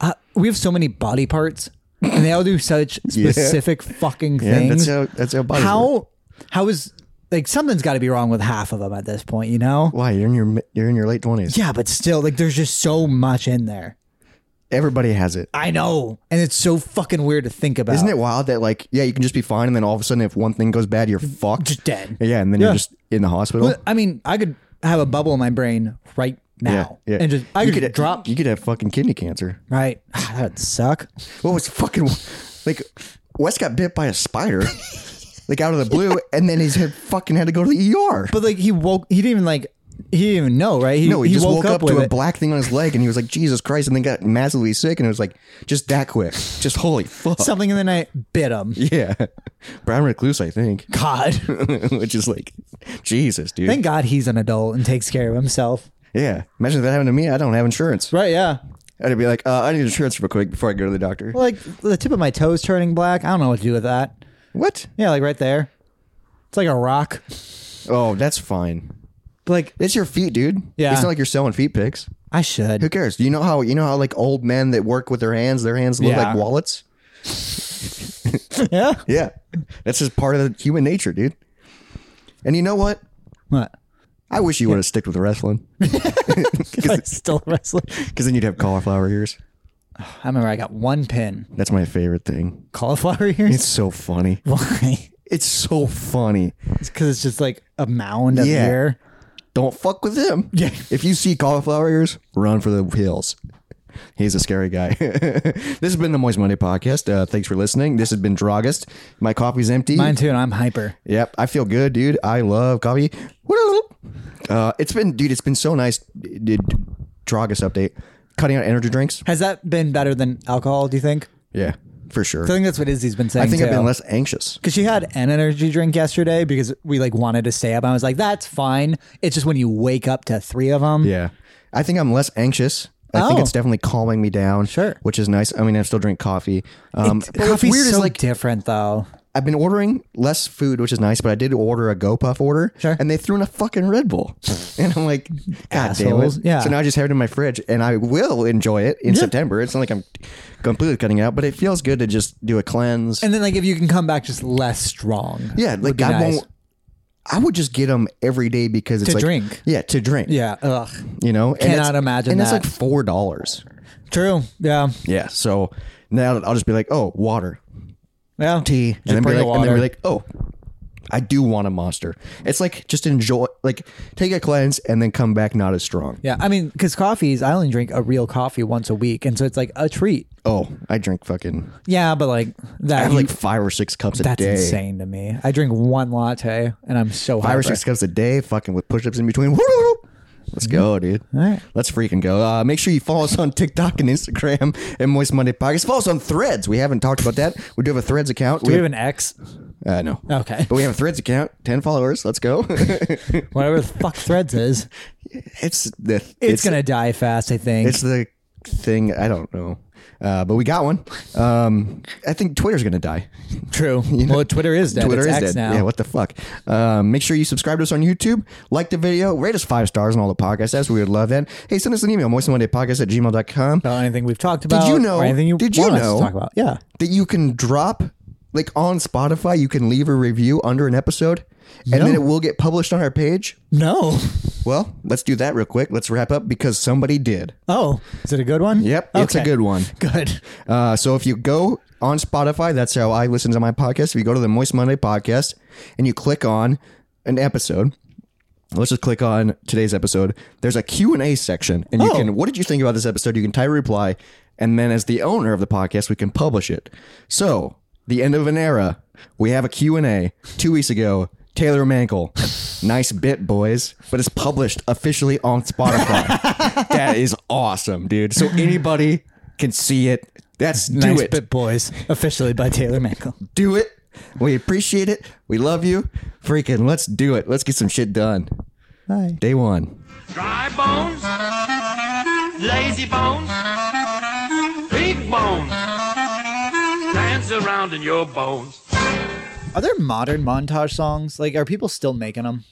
uh, we have so many body parts, and they all do [laughs] such specific fucking Yeah, things. that's how that's how. bodies work. how how is like something's got to be wrong with half of them at this point, you know? Why you're in your mi- you're in your late twenties? Yeah, but still, like there's just so much in there. Everybody has it. I know, and it's so fucking weird to think about. Isn't it wild that like yeah, you can just be fine and then all of a sudden if one thing goes bad, you're fucked. Just dead. Yeah, and then Yeah. you're just in the hospital. I mean, I could have a bubble in my brain right yeah, now, yeah. and just I you could, drop You could e- have fucking kidney cancer. right. [sighs] that would suck. What was fucking like? Wes got bit by [laughs] a spider, like out of the blue, and then he's had fucking had to go to the ER. But like he woke, he didn't even like he didn't even know, right? He, no, he, just woke, up, with to a it. black thing on his leg, and he was like, "Jesus Christ!" And then got massively sick, and it was like just that quick, just holy fuck. something in the night bit him. [laughs] yeah, [laughs] brown recluse, I think, [laughs] God, which is like Jesus, dude. thank God he's an adult and takes care of himself. yeah, imagine if that happened to me. I don't have insurance. Right? Yeah. I'd be like, uh, I need insurance real quick before I go to the doctor. Like the tip of my toes turning black. I don't know what to do with that. What? Yeah, like right there. It's like a rock. Oh, that's fine. But like It's your feet, dude. Yeah. It's not like you're selling feet pics. I Who [laughs] should. cares? You know how you know how like old men that work with their hands, their hands look Yeah. like wallets. Yeah. Yeah, that's just part of the human nature, dude. And you know what? What? [laughs] I wish you would have sticked with wrestling, [laughs] If I still wrestling. because then you'd have cauliflower ears. I remember I got one pin That's my favorite thing. cauliflower ears. [laughs] It's so funny. Why? It's so funny. It's because it's just like a mound of Yeah. ear. Don't fuck with him. Yeah. If you see cauliflower ears, run for the hills. He's a scary guy. [laughs] this has been the Moist Monday podcast. Uh, thanks for listening. This has been Drogist. My coffee's empty. Mine too, and I'm hyper. Yep, I feel good, dude. I love coffee. Uh, it's been, dude. It's been so nice. Did Dragus update? Cutting out energy drinks. Has that been better than alcohol? Do you think? Yeah, for sure. I think that's what Izzy's been saying. I think too. I've been less anxious. Cause she had an energy drink yesterday because we like wanted to stay up. I was like, "That's fine." It's just when you wake up to three of them. Yeah, I think I'm less anxious. I think Oh. it's definitely calming me down. Sure. which is nice. I mean, I still drink coffee. Um, but what's Coffee's weird so is like different though. I've been ordering less food, which is nice. But I did order a GoPuff order, Sure. and they threw in a fucking Red [laughs] Bull, and I'm like, God damn Assholes. it. Yeah. So now I just have it in my fridge, and I will enjoy it in September. It's not like I'm completely cutting it out, but it feels good to just do a cleanse. And then like if you can come back just less strong. yeah, would like be I nice. won't. I would just get them every day because it's To like drink. Yeah, to drink. Yeah. Ugh. you know, and Cannot it's- imagine And it's that. like four dollars. True. Yeah. Yeah. So now I'll just be like, oh, water, Yeah. tea, Just and then, be bring like, the and then water. be like, oh, I do want a monster. It's like just enjoy, like take a cleanse and then come back not as strong. yeah. I mean, because coffees, I only drink a real coffee once a week, and so it's like a treat. Oh, I drink fucking. Yeah, but like that. I have you- like five or six cups a that's day. insane to me. I drink one latte, and I'm so Five or hyper. six cups a day, fucking with push-ups in between. Woo! Let's go, dude. right. Let's freaking go. Uh, make sure you follow us on [laughs] TikTok and Instagram and Moist Monday Podcast. Follow us on Threads. We haven't talked about that. We do have a Threads account. Do we have an X? Uh, no. Okay. But we have a Threads account, 10 followers. Let's go. [laughs] Whatever the fuck Threads is, it's the it's, [laughs] it's, gonna die fast. I think. it's the thing I don't know. Uh, but we got one. Um, I think Twitter's gonna die. [laughs] True. well, Twitter is dead. Twitter it's is X dead. now. Yeah, what the fuck? Um, make sure you subscribe to us on YouTube, like the video, rate us five stars on all the podcast apps. We would love that. Hey, send us an email, moistmondaypodcast at gmail.com. about anything we've talked about? you know- Uh, Or anything you did you want us know- to talk about? Yeah. that you can drop like on Spotify, you can leave a review under an episode, and then it will get published on our page. No. Well, let's do that real quick. Let's wrap up because somebody did. [laughs] Oh, is it a good one? Yep, it's a Okay. good one. Good. Uh, so if you go on Spotify, that's how I listen to my podcast. If you go to the Moist Monday podcast and you click on an episode, let's just click on today's episode. There's a Q&A section and you Oh. can, what did you think about this episode? You can type a reply and then as the owner of the podcast, we can publish it. So the end of an era, we have a Q&A two weeks ago. Taylor [laughs] Mankle, nice bit, boys, but it's published officially on [laughs] Spotify. that is awesome, dude. So anybody can see it. That's do nice it. bit, boys. Officially by Taylor Mankle. do it. We appreciate it. We love you. Freaking, let's do it. Let's get some shit done. Bye. Day one. Dry bones, lazy bones, big bones, dance around in your bones. Are there modern montage songs? Like, are people still making them?